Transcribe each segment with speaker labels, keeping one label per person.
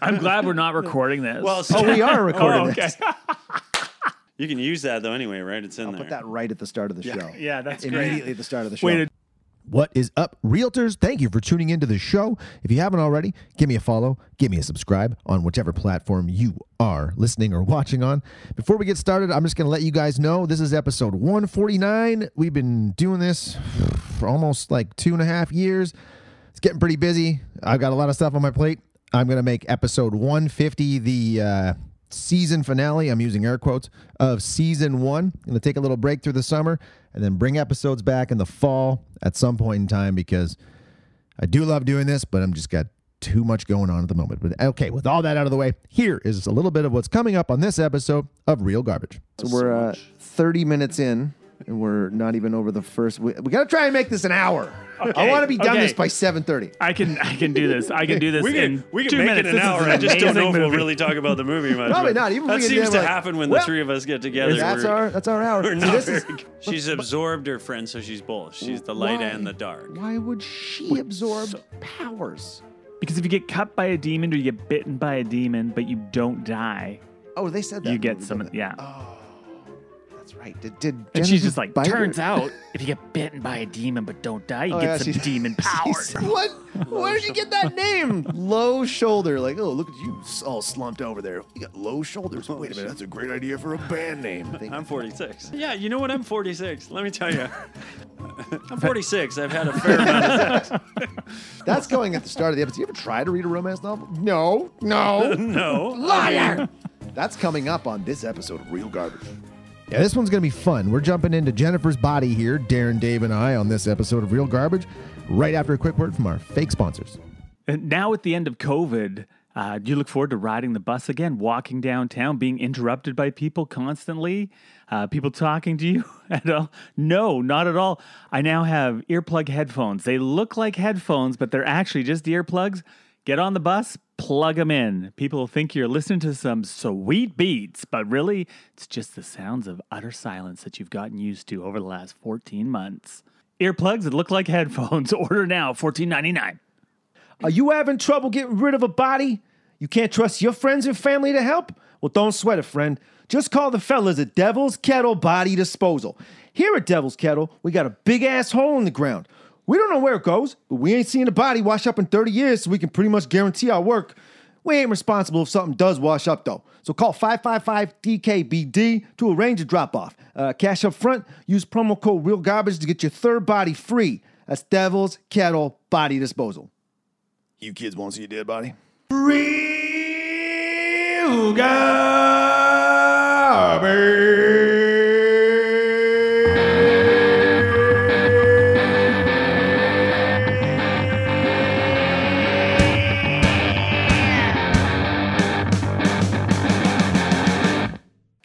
Speaker 1: I'm glad we're not recording this.
Speaker 2: Well,
Speaker 1: oh,
Speaker 2: so-
Speaker 3: Oh, we are recording
Speaker 1: oh, okay.
Speaker 3: this.
Speaker 2: you can use that though anyway, right? It's in
Speaker 3: I'll
Speaker 2: there.
Speaker 3: put that right at the start of the show.
Speaker 1: yeah, that's great.
Speaker 3: Immediately at the start of the show.
Speaker 1: Way to
Speaker 4: What is up, realtors? Thank you for tuning into the show. If you haven't already, give me a follow, give me a subscribe on whichever platform you are listening or watching on. Before we get started, I'm just going to let you guys know this is episode 149. We've been doing this for almost like two and a half years. It's getting pretty busy. I've got a lot of stuff on my plate. I'm going to make episode 150 the uh, season finale. I'm using air quotes of season one. going to take a little break through the summer and then bring episodes back in the fall at some point in time because I do love doing this, but I'm just got too much going on at the moment. But okay, with all that out of the way, here is a little bit of what's coming up on this episode of Real Garbage.
Speaker 3: So we're uh, 30 minutes in, and we're not even over the first. We, we got to try and make this an hour. I
Speaker 1: Okay,
Speaker 3: want to be done
Speaker 1: okay.
Speaker 3: this by 7:30.
Speaker 1: I can I can do this. I can do this
Speaker 2: We can
Speaker 1: in
Speaker 2: we
Speaker 1: two
Speaker 2: can make
Speaker 1: minutes.
Speaker 2: it an
Speaker 1: This is
Speaker 2: hour. I just don't
Speaker 1: amazing
Speaker 2: know if we'll
Speaker 1: movie.
Speaker 2: really talk about the movie much.
Speaker 3: Probably
Speaker 2: but
Speaker 3: not. Even if
Speaker 2: that
Speaker 3: we get
Speaker 2: seems
Speaker 3: there,
Speaker 2: to
Speaker 3: like,
Speaker 2: happen when
Speaker 3: well,
Speaker 2: the three of us get together.
Speaker 3: That's
Speaker 2: we're,
Speaker 3: our that's our hour.
Speaker 2: We're
Speaker 3: See,
Speaker 2: not
Speaker 3: this
Speaker 2: very
Speaker 3: is-
Speaker 2: good. She's absorbed her friend, so she's both. She's the light
Speaker 3: why-
Speaker 2: and the dark.
Speaker 3: Why would she absorb powers?
Speaker 1: Because if you get cut by a demon or you get bitten by a demon, but you don't die,
Speaker 3: Oh, they said that.
Speaker 1: you
Speaker 3: in the
Speaker 1: get
Speaker 3: movie,
Speaker 1: some.
Speaker 3: didn't they?
Speaker 1: Yeah,
Speaker 2: Oh.
Speaker 3: That's right. Did, did
Speaker 1: and
Speaker 3: Jennifer
Speaker 1: she's just like,
Speaker 3: bite her?
Speaker 1: turns out if you get bitten by a demon but don't die, you
Speaker 3: Oh,
Speaker 1: get
Speaker 3: yeah,
Speaker 1: some
Speaker 3: she's-
Speaker 1: demon powers.
Speaker 3: She's- What? Where did you get that name? low shoulder. Like, oh, look at you, s- all slumped over there. You got low shoulders. Wait a minute, that's a great idea for a band name. I think.
Speaker 2: I'm 46. Yeah, you know what? I'm 46. Let me tell you. I'm 46. I've had a fair amount of
Speaker 3: That's going at the start of the episode. You ever try to read a romance novel? No, no,
Speaker 2: no.
Speaker 3: liar. That's coming up on this episode of Real Garbage.
Speaker 4: Yeah, this one's going to be fun. We're jumping into Jennifer's body here, Darren, Dave, and I on this episode of Real Garbage, right after a quick word from our fake sponsors.
Speaker 1: And now at the end of COVID, uh, do you look forward to riding the bus again, walking downtown, being interrupted by people constantly, uh, people talking to you at all? No, not at all. I now have earplug headphones. They look like headphones, but they're actually just earplugs. Get on the bus, plug them in. People think you're listening to some sweet beats, but really, it's just the sounds of utter silence that you've gotten used to over the last 14 months. Earplugs that look like headphones. Order now, fourteen ninety nine.
Speaker 3: Are you having trouble getting rid of a body? You can't trust your friends and family to help? Well, don't sweat it, friend. Just call the fellas at Devil's Kettle Body Disposal. Here at Devil's Kettle, we got a big ass hole in the ground. We don't know where it goes, but we ain't seen a body wash up in 30 years, so we can pretty much guarantee our work. We ain't responsible if something does wash up, though. So call 555-DKBD to arrange a drop-off. Uh, cash up front, use promo code Real Garbage to get your third body free. That's Devil's Kettle Body Disposal. You kids won't see a dead body. Real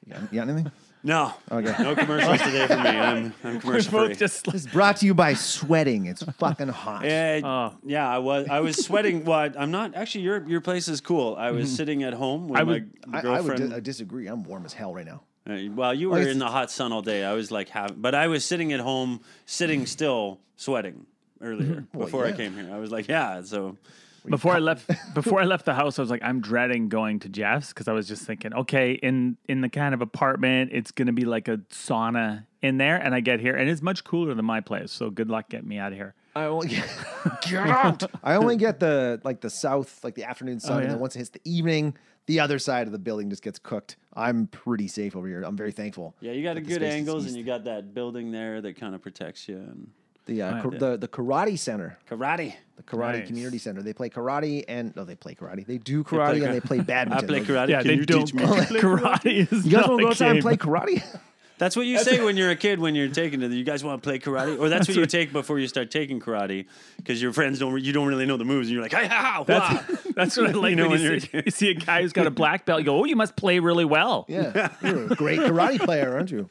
Speaker 3: You got anything?
Speaker 2: No.
Speaker 3: Okay.
Speaker 2: No commercials today for me. I'm, I'm commercial free.
Speaker 1: just
Speaker 3: This is brought to you by sweating. It's fucking hot.
Speaker 2: Yeah,
Speaker 1: Oh.
Speaker 2: Uh, yeah, I was I was sweating. What I'm not actually. Your your place is cool. I was sitting at home with
Speaker 1: I
Speaker 2: my
Speaker 1: would-
Speaker 3: I, I would
Speaker 2: girlfriend.
Speaker 3: di- I disagree. I'm warm as hell right now.
Speaker 2: Uh, well, you were
Speaker 3: it's-
Speaker 2: in the hot sun all day. I was like, have, but I was sitting at home, sitting still, sweating earlier before I
Speaker 3: yeah.
Speaker 2: came here. I was like, yeah. So
Speaker 1: before I left before I left the house, I was like, I'm dreading going to Jeff's because I was just thinking, okay, in in the kind of apartment, it's gonna be like a sauna in there, and I get here, and it's much cooler than my place. So good luck getting me out of here.
Speaker 3: I only get, out. I only get the like the south, like the afternoon sun, and
Speaker 1: yeah.
Speaker 3: then once it hits the evening, the other side of the building just gets cooked. I'm pretty safe over here. I'm very thankful.
Speaker 2: yeah, you got
Speaker 3: that
Speaker 2: a
Speaker 3: the
Speaker 2: good
Speaker 3: space is
Speaker 2: angles, and
Speaker 3: east.
Speaker 2: you got that building there that kind of protects you. And
Speaker 3: the uh,
Speaker 1: Right,
Speaker 3: kar-
Speaker 1: yeah.
Speaker 3: the the karate center,
Speaker 2: karate.
Speaker 3: the karate
Speaker 1: Nice.
Speaker 3: community center. They play karate and no, they play karate. They do karate and they play
Speaker 2: I
Speaker 3: badminton.
Speaker 2: play
Speaker 3: Like,
Speaker 2: karate.
Speaker 1: Yeah,
Speaker 2: Can
Speaker 1: they
Speaker 2: you
Speaker 1: don't
Speaker 2: teach me?
Speaker 1: karate is
Speaker 3: You guys
Speaker 1: not a
Speaker 3: want to go outside and
Speaker 1: game.
Speaker 3: play karate?
Speaker 2: That's what you say when you're a kid. When you're taking it, you guys want to play karate, or that's what you take before you start taking karate, because your friends don't. re- You don't really know the moves, and you're like, "Hey, ha, ha, wah."
Speaker 1: That's, that's what I like.
Speaker 2: know,
Speaker 1: when
Speaker 2: when
Speaker 1: you,
Speaker 2: you're a
Speaker 1: see, you see a guy who's got a black belt, you go, oh, you must play really well.
Speaker 3: Yeah, you're a great karate player, aren't you?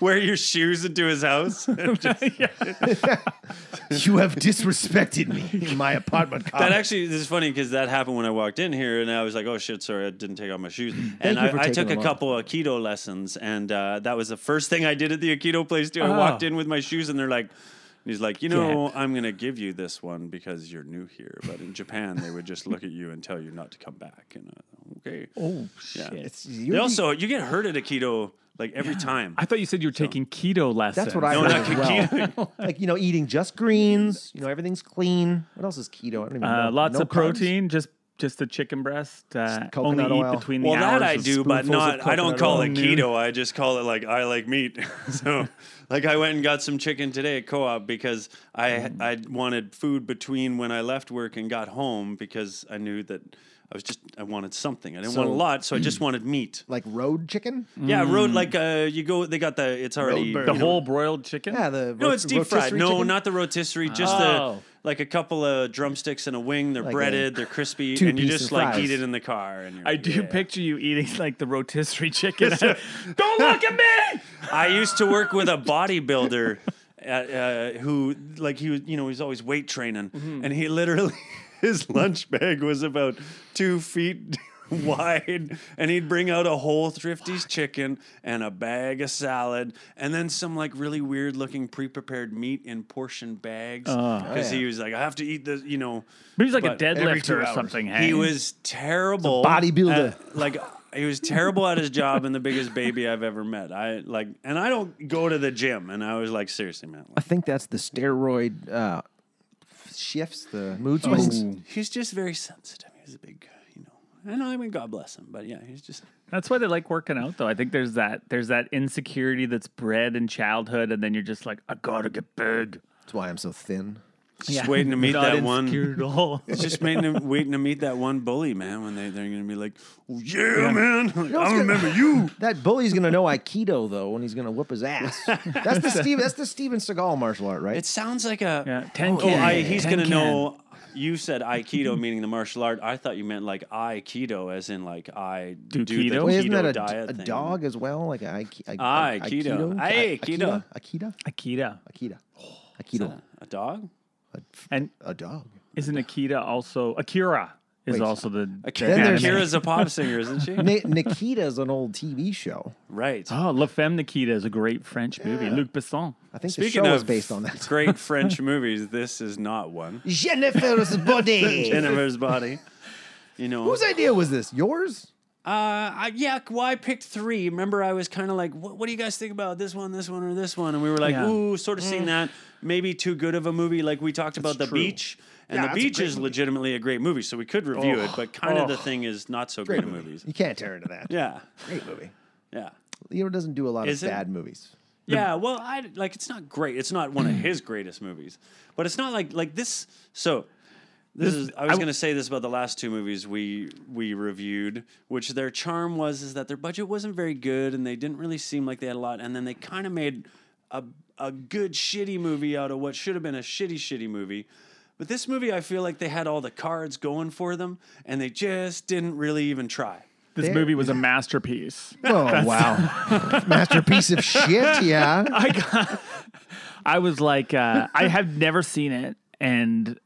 Speaker 2: wear your shoes into his house.
Speaker 3: You have disrespected me in my apartment.
Speaker 2: That
Speaker 3: complex.
Speaker 2: actually this is funny because that happened when I walked in here, and I was like, "Oh shit, sorry, I didn't take off my shoes." and
Speaker 3: you for
Speaker 2: I, I
Speaker 3: taking
Speaker 2: took a
Speaker 3: them off.
Speaker 2: couple of keto lessons, and uh, that was the first thing I did at the Aikido place too. I
Speaker 1: Oh.
Speaker 3: Ah.
Speaker 2: walked in with my shoes, and they're like, And he's like, you know, I'm going to give you this one because you're new here. But in Japan, they would just look at you and tell you not to come back. And uh, okay.
Speaker 1: Oh
Speaker 2: Yeah.
Speaker 1: shit!
Speaker 3: It's,
Speaker 2: They also, you get hurt at Aikido like every time.
Speaker 1: I thought you said you were taking keto lessons.
Speaker 3: that's what I
Speaker 2: No,
Speaker 3: heard
Speaker 2: not
Speaker 3: as well. like you know, eating just greens. You know, everything's clean. What else is keto? I don't even know.
Speaker 1: Uh, lots
Speaker 3: No
Speaker 1: of
Speaker 3: carbs?
Speaker 1: protein, just just the chicken breast. Uh, only eat
Speaker 3: coconut oil.
Speaker 1: between the
Speaker 2: Well,
Speaker 1: hours.
Speaker 2: that I
Speaker 1: of
Speaker 2: do, but
Speaker 1: spoonfuls of
Speaker 2: not. I don't
Speaker 1: coconut
Speaker 2: call
Speaker 1: oil
Speaker 2: it
Speaker 1: and noon.
Speaker 2: keto. I just call it like I like meat. so, like I went and got some chicken today at co-op because I I wanted food between when I left work and got home because I knew that I was just I wanted something. I didn't want a
Speaker 3: So-
Speaker 2: lot, so I just wanted meat.
Speaker 3: Like road chicken.
Speaker 2: Yeah, road like uh, you go. They got the it's already
Speaker 3: burn.
Speaker 1: The
Speaker 2: you know,
Speaker 1: whole broiled chicken.
Speaker 3: Yeah, the
Speaker 2: No, it's deep fried.
Speaker 3: rotisserie
Speaker 2: No,
Speaker 3: chicken?
Speaker 2: not the rotisserie. Just
Speaker 1: Oh.
Speaker 2: the like a couple of drumsticks and a wing. They're
Speaker 3: Like a
Speaker 2: breaded. They're crispy,
Speaker 3: two
Speaker 2: and you
Speaker 3: piece
Speaker 2: just
Speaker 3: and
Speaker 2: like eat
Speaker 3: fries.
Speaker 2: it in the car. And you're
Speaker 1: I
Speaker 2: like,
Speaker 1: do
Speaker 2: yeah.
Speaker 1: picture you eating like the rotisserie chicken. don't look at me.
Speaker 2: I used to work with a bodybuilder at, uh, who, like, he was, you know, he's always weight training, and he literally, his lunch bag was about two feet wide, and he'd bring out a whole Thrifty's chicken and a bag of salad, and then some like really weird looking pre prepared meat in portion bags because
Speaker 3: yeah.
Speaker 2: he was like, I have to eat this, you know.
Speaker 1: But he's like a
Speaker 2: But every
Speaker 1: deadlifter
Speaker 3: two
Speaker 1: or
Speaker 3: hours.
Speaker 1: something.
Speaker 2: He
Speaker 1: Hank.
Speaker 2: was terrible.
Speaker 3: bodybuilder.
Speaker 2: at- like he was terrible at his job and the biggest baby I've ever met. I like and I don't go to the gym and I was like, seriously, man.
Speaker 3: I
Speaker 2: Like,
Speaker 3: think that's the steroid uh, shifts, the mood
Speaker 2: Oh.
Speaker 3: swings.
Speaker 2: he's just very sensitive. He's a big guy, you know. I know I mean God bless him, but yeah, he's just
Speaker 1: That's why they like working out, though. I think there's that there's that insecurity that's bred in childhood, and then you're just like, I gotta get big.
Speaker 3: That's why I'm so thin.
Speaker 2: just waiting to meet
Speaker 1: Not
Speaker 2: that one.
Speaker 1: insecure at all.
Speaker 2: It's just waiting to, waiting to meet that one bully, man, when they, they're going to be like, oh, yeah, man, Like, I
Speaker 3: gonna-
Speaker 2: remember you.
Speaker 3: That bully's gonna know Aikido though, and he's gonna whoop his ass. That's the Steve. That's the Steven Seagal martial art, right?
Speaker 2: It sounds like a
Speaker 1: Yeah, ten
Speaker 2: Oh, I,
Speaker 1: can,
Speaker 2: he's
Speaker 1: ten
Speaker 2: gonna
Speaker 1: can.
Speaker 2: know. You said Aikido, meaning the martial art. I thought you meant like Aikido, as in like I do, the
Speaker 1: keto?
Speaker 2: keto
Speaker 1: Wait,
Speaker 3: Oh, isn't that a,
Speaker 2: diet
Speaker 3: a
Speaker 2: thing.
Speaker 3: dog as well? Like an Aikido?
Speaker 2: Aikido. Aikido.
Speaker 3: Aikido. Aikido.
Speaker 1: Akita,
Speaker 3: Aikido. Aikido.
Speaker 2: A dog?
Speaker 1: and
Speaker 3: A dog.
Speaker 1: isn't Akita also Akira? Is
Speaker 3: Wait,
Speaker 1: also the,
Speaker 2: Akira,
Speaker 1: the
Speaker 3: there's-
Speaker 1: anime.
Speaker 2: Akira's a pop singer, isn't she?
Speaker 3: Ni- Nikita's an old TV show.
Speaker 2: right.
Speaker 1: Oh, La Femme Nikita is a great French movie. Luc Besson.
Speaker 3: I think
Speaker 2: Speaking
Speaker 3: the show
Speaker 2: of
Speaker 3: is based on that.
Speaker 2: great French movies, this is not one.
Speaker 3: Jennifer's body.
Speaker 2: Jennifer's body. You know,
Speaker 3: Whose idea was this? Yours?
Speaker 2: Uh, I, yeah, well, I picked three. Remember, I was kind of like, what, what do you guys think about this one, this one, or this one? And we were like,
Speaker 1: Yeah.
Speaker 2: ooh, sort of
Speaker 3: Mm.
Speaker 2: seen that. Maybe too good of a movie. Like we talked about The Beach, and
Speaker 3: Yeah,
Speaker 2: The
Speaker 3: that's a
Speaker 2: Beach
Speaker 3: great
Speaker 2: is
Speaker 3: movie.
Speaker 2: legitimately a great movie, so we could review it, but kind of the
Speaker 1: Oh.
Speaker 2: thing is not so great, of movies.
Speaker 3: You can't tear into that.
Speaker 2: Yeah,
Speaker 3: Great movie.
Speaker 2: yeah.
Speaker 3: Leo doesn't do a lot
Speaker 2: Is it?
Speaker 3: of bad movies.
Speaker 2: Yeah, well, I like it's not great. It's not one of his greatest movies, but it's not like like this. So this, is I was going to say this about the last two movies we we reviewed, which their charm was is that their budget wasn't very good and they didn't really seem like they had a lot, and then they kind of made a a good shitty movie out of what should have been a shitty shitty movie. But this movie, I feel like they had all the cards going for them, and they just didn't really even try.
Speaker 1: This movie was a masterpiece.
Speaker 3: Oh wow, masterpiece of shit. Yeah,
Speaker 1: I was like, uh, I have never seen it, and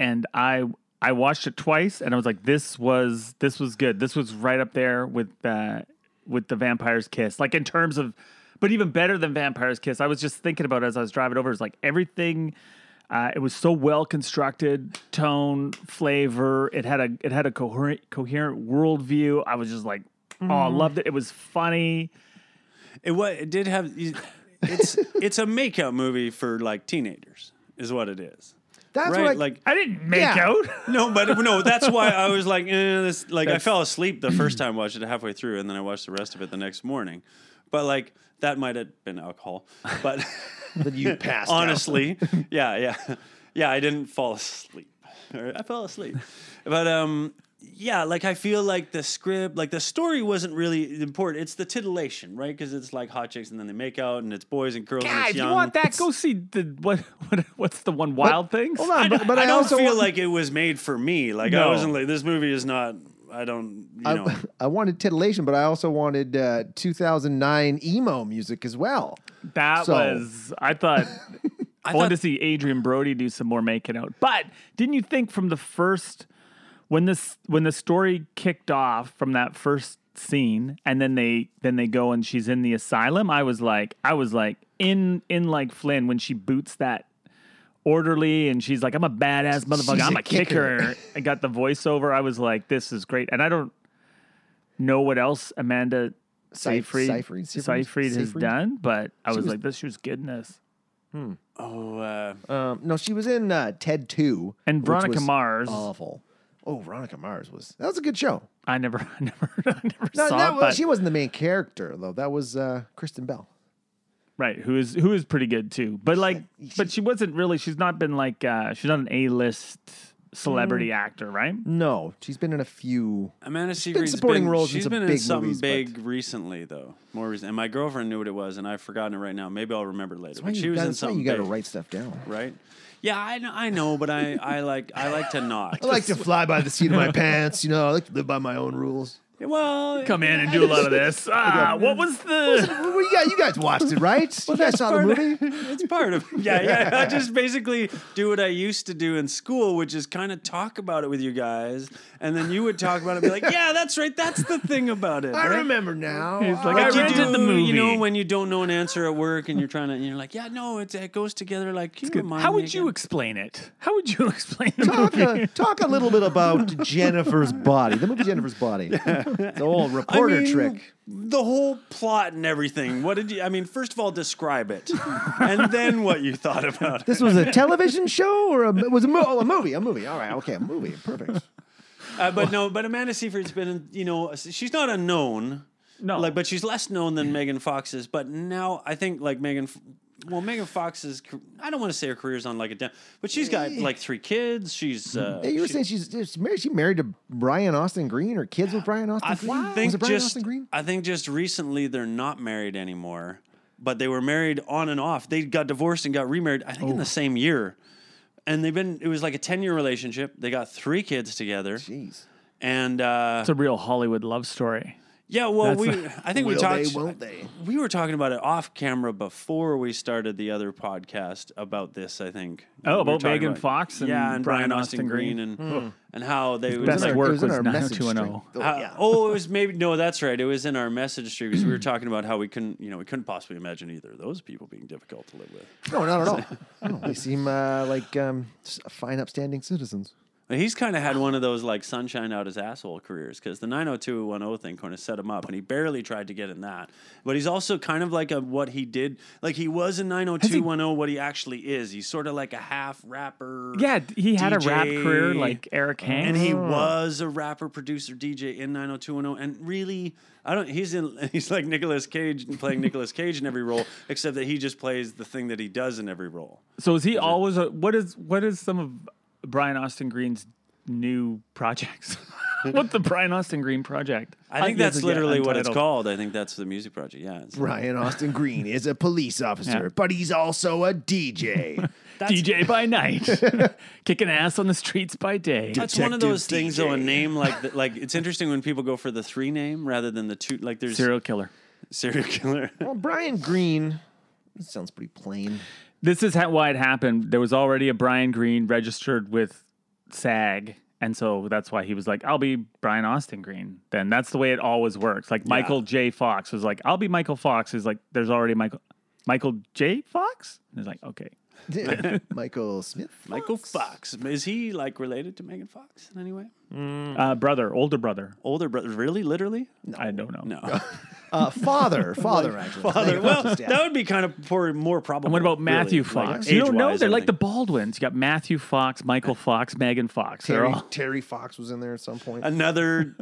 Speaker 1: and I I watched it twice, and I was like, this was this was good. This was right up there with uh, with the Vampire's Kiss, like in terms of, but even better than Vampire's Kiss. I was just thinking about it as I was driving over. It's like everything. Uh, it was so well constructed, tone, flavor. It had a it had a coherent coherent worldview. I was just like, oh, I loved it. It was funny.
Speaker 2: It wa it did have it's it's a makeout movie for like teenagers is what it is.
Speaker 3: that's
Speaker 2: right?
Speaker 3: what. I,
Speaker 2: like
Speaker 1: I didn't make
Speaker 3: Yeah.
Speaker 1: out.
Speaker 2: no, but no, that's why I was like eh, this like I fell asleep the first time I watched it halfway through and then I watched the rest of it the next morning. But like that might have been alcohol. But
Speaker 3: that you passed. out.
Speaker 2: honestly yeah yeah yeah i didn't fall asleep Or i fell asleep but um yeah like i feel like the script like the story wasn't really important it's the titillation right because it's like hot chicks and then they make out and it's boys and girls and
Speaker 1: Yeah,
Speaker 2: it's
Speaker 1: if
Speaker 2: young
Speaker 1: you want that, go see the what, what what's the one Wild Things?
Speaker 3: Hold on, but, but
Speaker 2: but
Speaker 3: I,
Speaker 2: i, don't
Speaker 3: also
Speaker 2: feel
Speaker 3: want-
Speaker 2: like it was made for me like i
Speaker 1: No.
Speaker 2: wasn't like this movie is not i don't you know
Speaker 3: I, I wanted titillation, but I also wanted uh, 2009 emo music as well.
Speaker 1: That
Speaker 3: So-
Speaker 1: was I thought I, wanted to see Adrian Brody do some more making out. But didn't you think from the first when this when the story kicked off from that first scene and then they then they go and she's in the asylum, I was like I was like in in like Flynn when she boots that orderly, and she's like, "I'm a badass motherfucker. I'm a, kicker." I got the voiceover. I was like, "This is great," and I don't know what else Amanda
Speaker 4: Se-
Speaker 1: Seyfried
Speaker 4: Seyfried? Seyfried?
Speaker 1: Seyfried has
Speaker 4: Seyfried?
Speaker 1: done, but I was,
Speaker 4: was-
Speaker 1: like, "This she was goodness."
Speaker 2: Oh, uh,
Speaker 4: Um, no, she was in uh, Ted Two
Speaker 1: And
Speaker 4: which
Speaker 1: Veronica
Speaker 4: was
Speaker 1: Mars.
Speaker 4: Awful. Oh, Veronica Mars was that was a good show.
Speaker 1: I never, I never, I never
Speaker 4: No,
Speaker 1: saw
Speaker 4: that
Speaker 1: it.
Speaker 4: was-
Speaker 1: But,
Speaker 4: she wasn't the main character though. That was uh, Kristen Bell.
Speaker 1: right, who is who is pretty good too, but like, but she wasn't really. She's not been like, uh, she's not an A list celebrity
Speaker 4: Mm.
Speaker 1: actor, right?
Speaker 4: No, she's been in a few.
Speaker 2: Amanda Seyfried's
Speaker 4: supporting
Speaker 2: been,
Speaker 4: roles in
Speaker 2: she's
Speaker 4: some
Speaker 2: been in
Speaker 4: big
Speaker 2: something
Speaker 4: movies, but-
Speaker 2: big recently, though. More recent. And my girlfriend knew what it was, and I've forgotten it right now. Maybe I'll remember later.
Speaker 4: Why
Speaker 2: But
Speaker 4: you
Speaker 2: she was
Speaker 4: gotta-
Speaker 2: in
Speaker 4: that's why
Speaker 2: something
Speaker 4: you got to
Speaker 2: big,
Speaker 4: write stuff down.
Speaker 2: right? Yeah, I know, I know, but I, I like I like to not.
Speaker 4: I like to fly by the seat of my pants. You know, I like to live by my own rules.
Speaker 2: well,
Speaker 1: Come in and do a lot of this. Ah, what was the?
Speaker 4: Well, you, guys, you guys watched it, right? you guys saw the movie.
Speaker 2: It's part of yeah, yeah. I just basically do what I used to do in school, which is kind of talk about it with you guys, and then you would talk about it, and be like, "Yeah, that's right. That's the thing about it."
Speaker 4: I
Speaker 2: right?
Speaker 4: remember now.
Speaker 1: He's like,
Speaker 4: I
Speaker 1: I
Speaker 2: Like you
Speaker 1: rented
Speaker 2: do,
Speaker 1: the
Speaker 2: You
Speaker 1: movie.
Speaker 2: know, when you don't know an answer at work and you're trying to, you're like, "Yeah, no, it's, it goes together." Like, can you remind
Speaker 1: How
Speaker 2: me
Speaker 1: would you
Speaker 2: again?"
Speaker 1: explain it? How would you explain the
Speaker 4: talk,
Speaker 1: movie?
Speaker 4: a, talk a little bit about Jennifer's body. The movie Jennifer's Body. It's an old reporter
Speaker 2: I mean,
Speaker 4: trick.
Speaker 2: The whole plot and everything. What did you? I mean, first of all, describe it, and then what you thought about it.
Speaker 4: This was a television show or a, it was a, mo- oh, a movie? A movie. All right. Okay. A movie. Perfect.
Speaker 2: Uh, but no, but Amanda Seyfried's been, in, you know, she's not unknown.
Speaker 1: No.
Speaker 2: like, but she's less known
Speaker 4: Mm.
Speaker 2: than Megan Fox is. But now I think like Megan. F- Well, Megan Fox's, car- I don't want to say her career's on like a down, but she's got like three kids. She's, uh,
Speaker 4: Mm-hmm. Hey, you were
Speaker 2: she-
Speaker 4: saying she's, she's married. She married to Brian Austin Green or kids with Brian Austin
Speaker 2: I
Speaker 4: Green?
Speaker 2: think
Speaker 4: was it Brian
Speaker 2: just,
Speaker 4: Austin Green?
Speaker 2: I think just recently they're not married anymore, but they were married on and off. They got divorced and got remarried. I think in
Speaker 4: Oh.
Speaker 2: the same year, and they've been. It was like a ten year relationship. They got three kids together,
Speaker 4: Jeez.
Speaker 2: and uh,
Speaker 1: It's a real Hollywood love story.
Speaker 2: yeah, well,
Speaker 1: That's
Speaker 2: we.
Speaker 1: a-
Speaker 2: I think we
Speaker 4: Will
Speaker 2: talked.
Speaker 4: they? Won't they?
Speaker 2: We were talking about it off camera before we started the other podcast about this. I think.
Speaker 1: Oh,
Speaker 2: We were
Speaker 1: about
Speaker 2: talking
Speaker 1: Megan Fox and
Speaker 2: yeah, and
Speaker 1: Brian
Speaker 2: Brian
Speaker 1: Austin
Speaker 2: Austin, Green, and and how they
Speaker 1: Best
Speaker 4: It was in
Speaker 1: work
Speaker 4: it in
Speaker 1: was 90210.
Speaker 4: stream. Oh,
Speaker 2: How-
Speaker 4: yeah.
Speaker 2: oh, it was maybe no. That's right. It was in our message stream because we were talking about how we couldn't, you know, we couldn't possibly imagine either of those people being difficult to live with.
Speaker 4: No, not at all. No, they seem uh, like um, s- fine, upstanding citizens.
Speaker 2: And he's kind of had one of those like sunshine out his asshole careers because the 90210 thing kind of set him up, and he barely tried to get in that. But he's also kind of like a what he did, like he was oh in 90210. what he actually is, he's sort of like a half rapper.
Speaker 1: Yeah, he had a rap
Speaker 2: DJ,
Speaker 1: career like Eric Oh. Hanks.
Speaker 2: and he was a rapper, producer, DJ in 90210, and really, I don't. He's in. He's like Nicolas Cage playing Nicolas Cage in every role, except that he just plays the thing that he does in every role.
Speaker 1: so is he always a, what is what is some of Brian Austin Green's new projects? What's the Brian Austin Green project?
Speaker 2: I think
Speaker 1: guess
Speaker 2: that's
Speaker 1: it's, yeah,
Speaker 2: literally what it's
Speaker 1: Untitled.
Speaker 2: called. I think that's the music project. Yeah, it's-
Speaker 4: Brian Austin Green is a police officer,
Speaker 1: Yeah.
Speaker 4: but he's also a DJ.
Speaker 1: DJ by night, kicking ass on the streets by day.
Speaker 2: that's one of those
Speaker 4: Detective
Speaker 2: things. Though a name like that, like it's interesting when people go for the three name rather than the two. Like there's
Speaker 1: Serial
Speaker 2: serial,
Speaker 1: killer.
Speaker 2: killer.
Speaker 4: well, Brian Green. That sounds pretty plain.
Speaker 1: This is how, why it happened. There was already a Brian Green registered with SAG. And so that's why he was like, I'll be Brian Austin Green. Then that's the way it always works. Like Michael J. Fox was like, I'll be Michael Fox. Is like, there's already Michael Michael J. Fox. And he's like, okay.
Speaker 4: Michael Smith.
Speaker 2: Michael Fox is he like related to Megan Fox in any way?
Speaker 1: Uh, brother, older brother.
Speaker 2: Older brother, really, literally?
Speaker 1: I don't know.
Speaker 2: No.
Speaker 4: Uh, father. Father, actually.
Speaker 2: Father.
Speaker 4: Like,
Speaker 2: Well,
Speaker 4: just, yeah.
Speaker 2: that would be kind of poor, more probable.
Speaker 1: And what about
Speaker 2: really,
Speaker 1: Matthew
Speaker 2: like,
Speaker 1: Fox? you don't know?
Speaker 2: age-wise,
Speaker 1: They're
Speaker 2: I
Speaker 1: like the
Speaker 2: think.
Speaker 1: Baldwins. You got Matthew Fox, Michael Fox, Megan Fox. They're
Speaker 4: Terry,
Speaker 1: all
Speaker 4: Terry Fox was in there at some point.
Speaker 2: another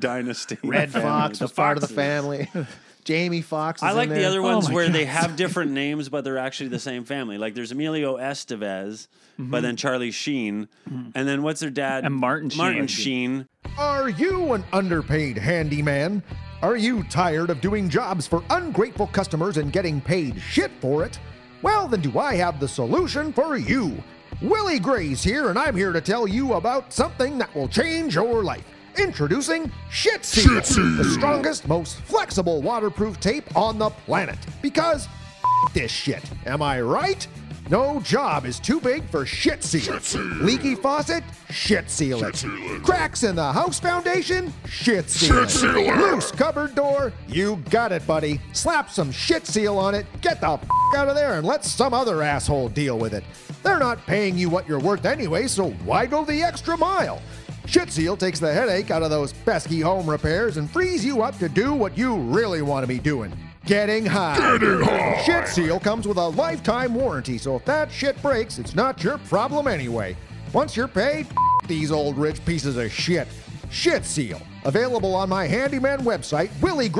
Speaker 2: dynasty.
Speaker 4: Red Fox
Speaker 2: The
Speaker 4: was part of the
Speaker 2: Foxes.
Speaker 4: family. Jamie Fox. Is
Speaker 2: I like
Speaker 4: in
Speaker 2: the
Speaker 4: there.
Speaker 2: other ones
Speaker 1: Oh my
Speaker 2: where they have different names, but they're actually the same family. Like there's Emilio Estevez, but then Charlie Sheen, and then what's their dad?
Speaker 1: Mm-hmm. And Martin
Speaker 2: Martin
Speaker 1: Sheen.
Speaker 2: Sheen.
Speaker 4: Are you an underpaid handyman? Are you tired of doing jobs for ungrateful customers and getting paid shit for it? Well, then do I have the solution for you? Willie Gray's here, and I'm here to tell you about something that will change your life. Introducing Shit Seal, the strongest, most flexible waterproof tape on the planet. Because f- this shit, am I right? No job is too big for shit seal. Leaky faucet? Shit seal it. Cracks in the house foundation? Shit seal it. Loose cupboard door? You got it, buddy. Slap some shit seal on it, get the f- out of there, and let some other asshole deal with it. They're not paying you what you're worth anyway, so why go the extra mile? Shitseal takes the headache out of those pesky home repairs and frees you up to do what you really want to be doing. Getting high. Getting high. Shit Seal comes with a lifetime warranty, so if that shit breaks, it's not your problem anyway. Once you're paid, these old rich pieces of shit. Shit Seal. Available on my handyman website,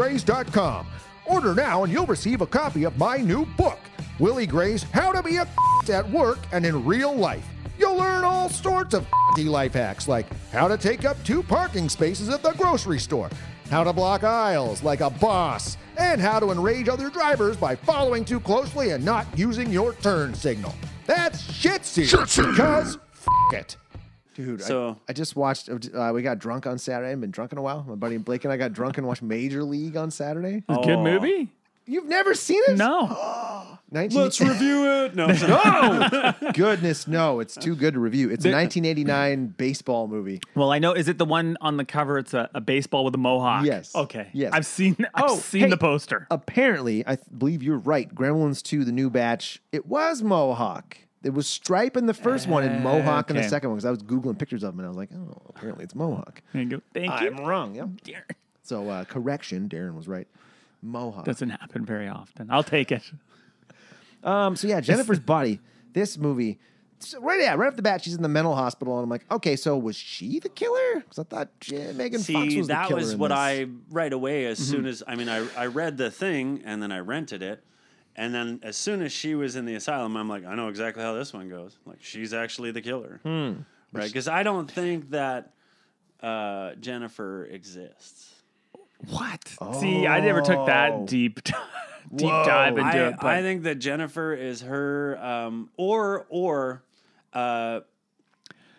Speaker 4: williegrays.com. Order now and you'll receive a copy of my new book, Willie Gray's How to Be a at Work and in Real Life. You'll learn all sorts of life hacks like how to take up two parking spaces at the grocery store, how to block aisles like a boss, and how to enrage other drivers by following too closely and not using your turn signal. That's shitsy. Because f- it.
Speaker 3: Dude, I-
Speaker 2: So-
Speaker 3: I, just watched. Uh, we got drunk on Saturday. I haven't been drunk in a while. My buddy Blake and I got drunk and watched Major League on Saturday.
Speaker 2: Oh.
Speaker 1: Good movie?
Speaker 3: You've never seen it?
Speaker 1: No.
Speaker 3: 19
Speaker 2: Let's review it. No, I'm sorry.
Speaker 3: goodness, no. It's too good to review. It's a
Speaker 1: The-
Speaker 3: 1989 baseball movie.
Speaker 1: Well, I know. Is it the one on the cover? It's a, a baseball with a mohawk.
Speaker 3: Yes.
Speaker 1: Okay.
Speaker 3: Yes.
Speaker 1: I've seen. I've
Speaker 3: Oh,
Speaker 1: seen
Speaker 3: hey.
Speaker 1: the poster.
Speaker 3: Apparently, I th- believe you're right. Gremlins 2, the new batch, it was Mohawk. It was Stripe in the first one and Mohawk in the
Speaker 1: okay.
Speaker 3: second one because I was Googling pictures of them and I was like, oh, apparently it's Mohawk.
Speaker 1: There you go. Thank
Speaker 3: I'm
Speaker 1: you.
Speaker 3: wrong. Yep.
Speaker 1: Darn.
Speaker 3: So, uh, correction, Darren was right. Mohawk.
Speaker 1: Doesn't happen very often. I'll take it.
Speaker 3: Um, so yeah, Jennifer's body. This movie, so right yeah, right off the bat, she's in the mental hospital, and I'm like, okay, so was she the killer? Because I thought yeah, Megan Fox
Speaker 2: See,
Speaker 3: was the
Speaker 2: that
Speaker 3: killer.
Speaker 2: was
Speaker 3: in
Speaker 2: what
Speaker 3: this. Mm-hmm.
Speaker 2: I right away as soon as I mean I, I read the thing and then I rented it. And then as soon as she was in the asylum, I'm like, I know exactly how this one goes. Like she's actually the killer.
Speaker 3: Hmm.
Speaker 2: Right? Because I don't think that uh, Jennifer exists.
Speaker 1: What? See, I never took
Speaker 3: Oh.
Speaker 1: that deep d- deep dive into
Speaker 2: I,
Speaker 1: it. But
Speaker 2: I think that Jennifer is her um, or or uh,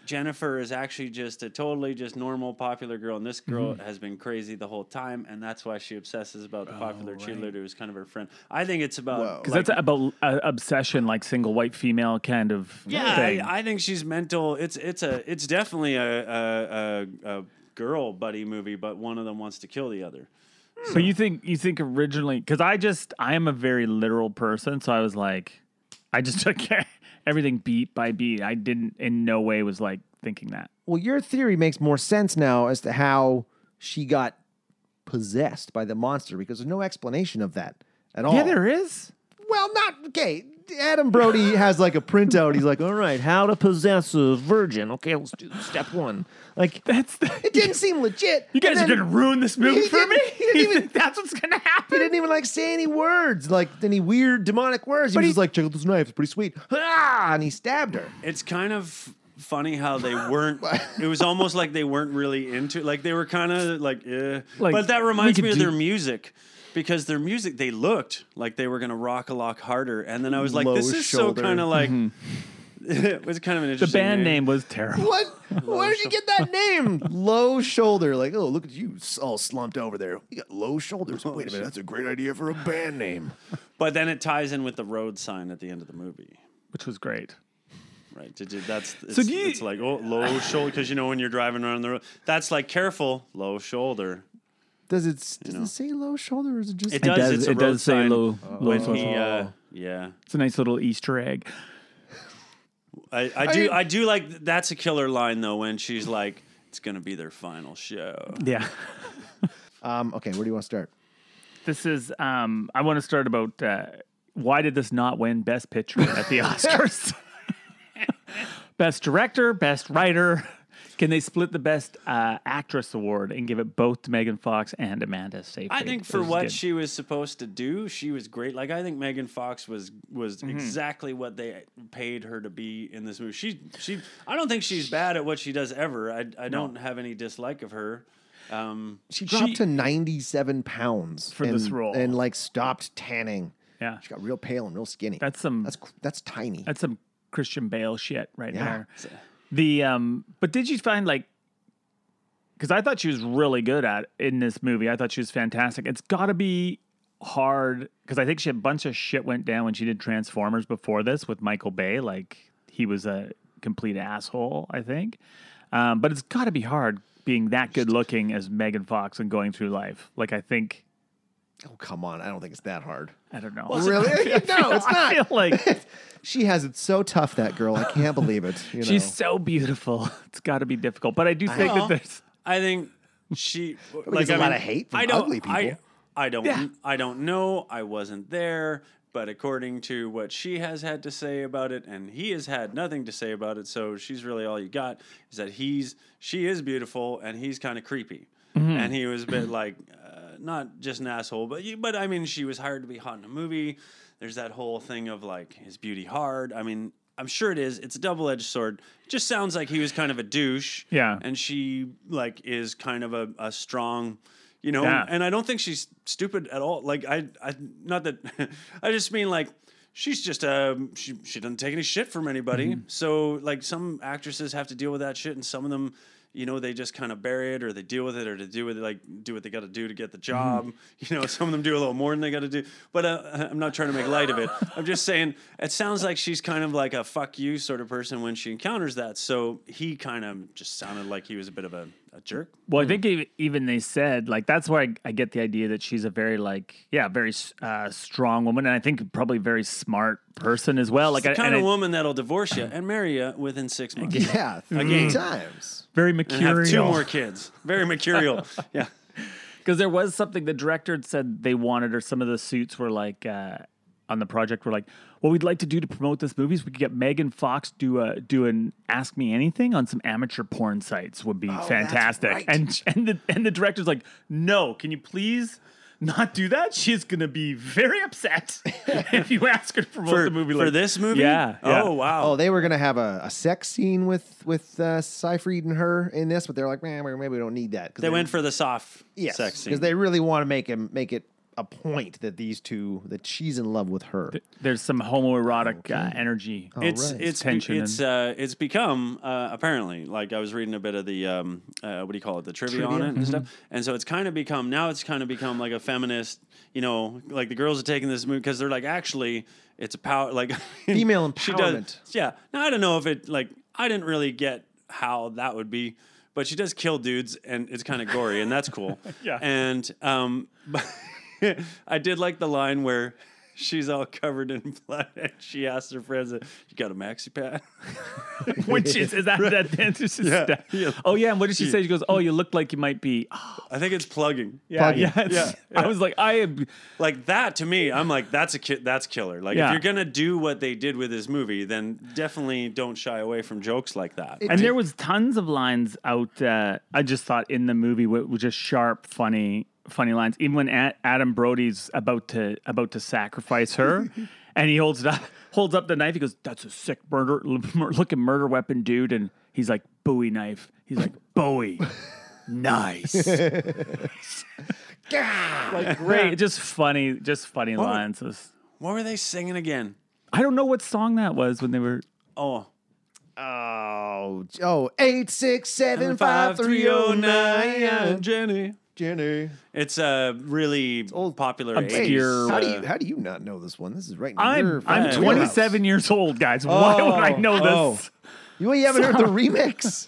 Speaker 2: Jennifer is actually just a totally just normal popular girl, and this
Speaker 1: Mm-hmm.
Speaker 2: girl has been crazy the whole time, and that's why she obsesses about the popular
Speaker 1: Oh,
Speaker 2: cheerleader who's kind of her friend. I think it's about
Speaker 1: because
Speaker 2: like-
Speaker 1: that's about uh, obsession, like single white female kind of
Speaker 2: yeah,
Speaker 1: thing.
Speaker 2: I, I think she's mental. It's it's a it's definitely a a, a, a girl buddy movie, but one of them wants to kill the other.
Speaker 1: but you think you think originally because I just I am a very literal person, so I was like, I just took everything beat by beat. I didn't in no way was like thinking that.
Speaker 3: Well, your theory makes more sense now as to how she got possessed by the monster because there's no explanation of that at all.
Speaker 1: Yeah, there is.
Speaker 3: Well, not okay. Adam Brody has like a printout. He's like, all right, how to possess a virgin. Okay, let's do step one. Like
Speaker 1: That's the,
Speaker 3: it didn't seem legit.
Speaker 1: You guys
Speaker 3: And
Speaker 1: are
Speaker 3: then-
Speaker 1: gonna ruin this movie
Speaker 3: he
Speaker 1: for me.
Speaker 3: didn't- he didn't
Speaker 1: You
Speaker 3: even-
Speaker 1: think that's what's gonna
Speaker 3: He
Speaker 1: happen.
Speaker 3: didn't even like say any words, like any weird demonic words. He was
Speaker 1: he-
Speaker 3: just like, check out this knife, it's pretty sweet. Ah, and he stabbed her.
Speaker 2: it's kind of funny how they weren't it was almost like they weren't really into like they were kind of like, eh.
Speaker 1: Like,
Speaker 2: but that
Speaker 1: we
Speaker 2: reminds
Speaker 1: could
Speaker 2: me of
Speaker 1: do-
Speaker 2: their music because their music they looked like they were going to rock a lot harder and then i was like
Speaker 3: Low
Speaker 2: this is
Speaker 3: shoulder.
Speaker 2: so kind of like it was kind of an
Speaker 1: Mm-hmm. The
Speaker 2: interesting
Speaker 1: band name was terrible.
Speaker 3: What? Where did you get that name? low shoulder. Like, oh, look at you all slumped over there. You got low shoulders. Wait a minute, that's a great idea for a band name.
Speaker 2: but then it ties in with the road sign at the end of the movie
Speaker 1: Which was great.
Speaker 2: Right, Did you- that's it's,
Speaker 1: do you-
Speaker 2: it's like oh low shoulder because you know when you're driving around the road that's like careful low shoulder.
Speaker 3: Does it does it say low shoulder or is it just
Speaker 2: It does.
Speaker 1: does-
Speaker 2: it's a
Speaker 1: it
Speaker 2: road
Speaker 1: does say
Speaker 2: sign
Speaker 1: low-
Speaker 2: when
Speaker 1: low
Speaker 2: he,
Speaker 1: shoulder. Oh.
Speaker 2: uh, yeah,
Speaker 1: It's a nice little Easter egg.
Speaker 2: I, I do
Speaker 3: mean-
Speaker 2: I do like that's a killer line though when she's like it's gonna be their final show.
Speaker 1: Yeah.
Speaker 3: um okay, where do you want to start?
Speaker 1: This is. Um, I want to start about uh, why did this not win Best Picture at the Oscars? best Director, Best Writer. Can they split the Best uh, Actress award and give it both to Megan Fox and Amanda Seyfried?
Speaker 2: I think for
Speaker 1: This is
Speaker 2: what
Speaker 1: good.
Speaker 2: she was supposed to do, she was great. Like I think Megan Fox was was
Speaker 1: Mm-hmm.
Speaker 2: exactly what they paid her to be in this movie. She she I don't think she's bad at what she does ever. I I don't have any dislike of her. Um,
Speaker 3: She dropped to 97 pounds
Speaker 1: For
Speaker 3: and,
Speaker 1: this role.
Speaker 3: and like stopped tanning.
Speaker 1: Yeah.
Speaker 3: She got real pale and real skinny.
Speaker 1: That's some.
Speaker 3: that's that's tiny.
Speaker 1: That's some Christian Bale shit right
Speaker 3: Yeah.
Speaker 1: there. The um, but did you find like? Because I thought she was really good at in this movie. I thought she was fantastic. It's got to be hard because I think she had a bunch of shit went down when she did Transformers before this with Michael Bay. Like he was a complete asshole. I think, um, but it's got to be hard being that good looking as Megan Fox and going through life. Like I think
Speaker 3: Oh, come on. I don't think it's that hard.
Speaker 1: I don't know.
Speaker 3: Really? no, it's
Speaker 1: I feel
Speaker 3: not.
Speaker 1: like
Speaker 3: She has it so tough, that girl. I can't believe it. You know?
Speaker 1: she's so beautiful. It's got to be difficult, but I do think
Speaker 2: Well,
Speaker 1: that there's.
Speaker 2: I think she
Speaker 3: there's
Speaker 2: like
Speaker 3: a
Speaker 2: I
Speaker 3: lot
Speaker 2: mean,
Speaker 3: of hate from
Speaker 2: I don't,
Speaker 3: ugly people.
Speaker 2: I, I don't.
Speaker 1: Yeah.
Speaker 2: I don't know. I wasn't there. But according to what she has had to say about it, and he has had nothing to say about it, so she's really all you got is that he's she is beautiful and he's kind of creepy,
Speaker 1: Mm-hmm.
Speaker 2: and he was a bit like uh, not just an asshole, but you, but I mean she was hired to be hot in a movie. There's that whole thing of like is beauty hard? I mean I'm sure it is. It's a double edged sword. Just sounds like he was kind of a douche,
Speaker 1: Yeah.
Speaker 2: and she like is kind of a, a strong you know
Speaker 1: Yeah.
Speaker 2: and i don't think she's stupid at all like i i not that i just mean like she's just um she, she doesn't take any shit from anybody so like some actresses have to deal with that shit and some of them you know they just kind of bury it or they deal with it or to do with it like do what they got to do to get the job you know some of them do a little more than they got to do but uh, i'm not trying to make light of it i'm just saying it sounds like she's kind of like a fuck you sort of person when she encounters that so he kind of just sounded like he was a bit of a, a jerk
Speaker 1: Well, I think ev- even they said like that's where I, I get the idea that she's a very like yeah very s- uh, strong woman, and I think probably very smart person as well. Like
Speaker 2: It's the
Speaker 1: I,
Speaker 2: kind
Speaker 1: and
Speaker 2: of
Speaker 1: I-
Speaker 2: woman that'll divorce you and marry you within six months.
Speaker 3: yeah, three times.
Speaker 1: very
Speaker 2: And have two
Speaker 1: mercurial.
Speaker 2: more kids. Very mercurial. yeah.
Speaker 1: Because there was something the director had said they wanted, or some of the suits were like uh, on the project were like, what we'd like to do to promote this movie is we could get Megan Fox do a do an Ask Me Anything on some amateur porn sites would be fantastic.
Speaker 3: right.
Speaker 1: And and the and the director's like, no, can you please? Not do that. She's gonna be very upset if you ask her to promote
Speaker 2: For,
Speaker 1: the movie.
Speaker 2: for
Speaker 1: like-
Speaker 2: this movie?
Speaker 1: yeah, yeah.
Speaker 2: Oh, wow.
Speaker 3: Oh, they were gonna have a, a sex scene with with uh, Seyfried and her in this, but they're like, man, maybe we don't need that. 'Cause
Speaker 2: they went for the soft
Speaker 3: yes,
Speaker 2: sex scene.
Speaker 3: because they really want to make him make it a point that these two that she's in love with her.
Speaker 1: There's some homoerotic uh, energy.
Speaker 2: it's
Speaker 3: right.
Speaker 2: it's be-
Speaker 1: Tension
Speaker 2: it's uh it's become uh, apparently like I was reading a bit of the um uh, what do you call it the trivia, on it and stuff
Speaker 1: Mm-hmm.
Speaker 2: and so it's kind of become now it's kind of become like a feminist you know like the girls are taking this move because they're like actually it's a power like
Speaker 3: Female
Speaker 2: she
Speaker 3: empowerment.
Speaker 2: does yeah now I don't know if it like I didn't really get how that would be but she does kill dudes and it's kind of gory and that's cool
Speaker 1: Yeah.
Speaker 2: and um I did like the line where she's all covered in blood and she asks her friends, "You got a maxi pad?"
Speaker 1: Which is, is that that dancer's
Speaker 2: Yeah,
Speaker 1: step?
Speaker 2: yeah.
Speaker 1: Oh yeah, and what did she say? She goes, "Oh, you look like you might be."
Speaker 2: I think it's plugging.
Speaker 1: Yeah,
Speaker 3: Plug in.
Speaker 1: yeah, it's- I was like, I am.
Speaker 2: Like that to me, I'm like, that's a ki- that's killer. Like
Speaker 1: Yeah.
Speaker 2: if you're gonna do what they did with this movie, then definitely don't shy away from jokes like that.
Speaker 1: And there was tons of lines out. Uh, I just thought in the movie wa- was just sharp, funny, funny lines. Even when a- Adam Brody's about to about to sacrifice her, and he holds it up, holds up the knife. He goes, "That's a sick murder looking murder weapon, dude." And he's like, "Bowie knife." He's like, "Bowie." Nice, like great, just funny, just funny lines. It was-
Speaker 2: what were they singing again?
Speaker 1: I don't know what song that was when they were
Speaker 2: Oh,
Speaker 3: Oh, oh, eight six seven five three oh nine.
Speaker 2: Jenny.
Speaker 3: Jenny,
Speaker 2: It's a really old popular
Speaker 1: Obscure.
Speaker 2: age.
Speaker 1: Your,
Speaker 3: how do
Speaker 2: uh,
Speaker 3: you how do you not know this one? This is right. in your
Speaker 1: I'm I'm
Speaker 3: fucking
Speaker 1: 27
Speaker 3: wheelhouse.
Speaker 1: years old, guys. Why would I
Speaker 3: Oh,
Speaker 1: know
Speaker 3: oh.
Speaker 1: this?
Speaker 3: You, you haven't heard the remix.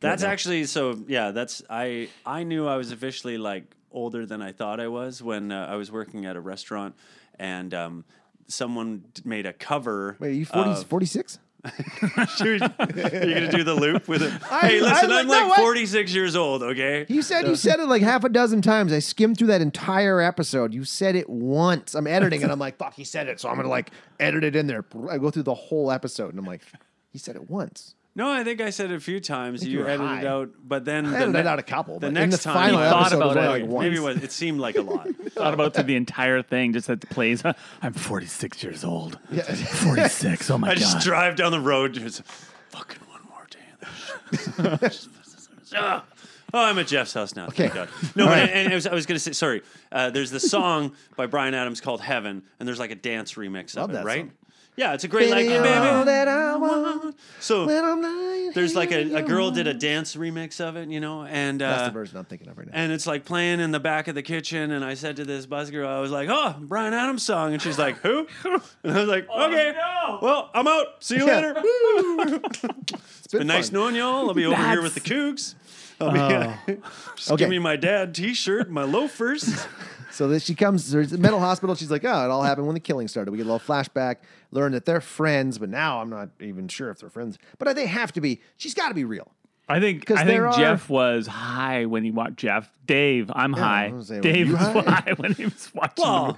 Speaker 2: That's actually so. Yeah, that's I. I knew I was officially like older than I thought I was when uh, I was working at a restaurant, and um, someone d- made a cover.
Speaker 3: Wait, are you 40,
Speaker 2: of-
Speaker 3: 46?
Speaker 2: Are you gonna do the loop with it?
Speaker 3: I-
Speaker 2: hey, listen,
Speaker 3: I-
Speaker 2: I'm
Speaker 3: no,
Speaker 2: like
Speaker 3: what?
Speaker 2: 46 years old. Okay,
Speaker 3: You said you said it like half a dozen times. I skimmed through that entire episode. You said it once. I'm editing and I'm like, fuck, he said it. So I'm gonna like edit it in there. I go through the whole episode and I'm like, he said it once.
Speaker 2: no, I think I said it a few times. You,
Speaker 3: you were
Speaker 2: edited
Speaker 3: high.
Speaker 2: out, but then
Speaker 3: I
Speaker 2: the
Speaker 3: edited
Speaker 2: ne-
Speaker 3: out a couple,
Speaker 2: The
Speaker 3: but in
Speaker 2: next
Speaker 3: the
Speaker 2: time,
Speaker 3: final
Speaker 1: thought
Speaker 3: episode was
Speaker 1: about
Speaker 3: only
Speaker 1: it.
Speaker 3: like once.
Speaker 2: maybe it was. It seemed like a lot.
Speaker 1: Thought about through the entire thing, just that plays. I'm 46 years old.
Speaker 3: Yeah.
Speaker 1: 46. Oh my
Speaker 2: I just
Speaker 1: god.
Speaker 2: drive down the road. Just fucking one more day. of this shit." Ah. oh, I'm at Jeff's house now.
Speaker 3: Okay.
Speaker 2: Thank God. No,
Speaker 3: All
Speaker 2: but
Speaker 3: right.
Speaker 2: and I was, I was going to say, sorry. Uh, there's the song by Brian Adams called Heaven, and there's like a dance remix
Speaker 3: Love
Speaker 2: of
Speaker 3: that
Speaker 2: it, right?
Speaker 3: song.
Speaker 2: Yeah, it's a great like.
Speaker 3: Baby, all that I want when
Speaker 2: So
Speaker 3: I'm lying
Speaker 2: there's like
Speaker 3: here in
Speaker 2: a, a
Speaker 3: your
Speaker 2: girl
Speaker 3: arms.
Speaker 2: did a dance remix of it, you know, and uh,
Speaker 3: That's the version I'm thinking of right now.
Speaker 2: and it's like playing in the back of the kitchen. And I said to this bus girl, I was like, "Oh, Brian Adams song," and she's like, "Who?" And I was like, "Okay,
Speaker 1: no.
Speaker 2: well, I'm out. See you
Speaker 3: Yeah.
Speaker 2: later."
Speaker 3: It's been
Speaker 2: But nice
Speaker 3: fun. Oh.
Speaker 2: knowing y'all. I'll be over here with the Cougs. I'll be, just
Speaker 3: Okay.
Speaker 2: give me my dad T-shirt, my loafers.
Speaker 3: So that she comes, there's a mental hospital. She's like, oh, it all happened when the killing started. We get a little flashback, learn that they're friends, but now I'm not even sure if they're friends. But they have to be. She's got to be real.
Speaker 1: I think
Speaker 3: 'Cause
Speaker 1: I
Speaker 3: there
Speaker 1: think
Speaker 3: are-
Speaker 1: Jeff was high when he watched Jeff. Dave, I'm high.
Speaker 3: gonna say, were
Speaker 1: Dave
Speaker 3: you
Speaker 1: was
Speaker 3: high?
Speaker 1: high? when he was watching. the
Speaker 2: Well,
Speaker 1: movie.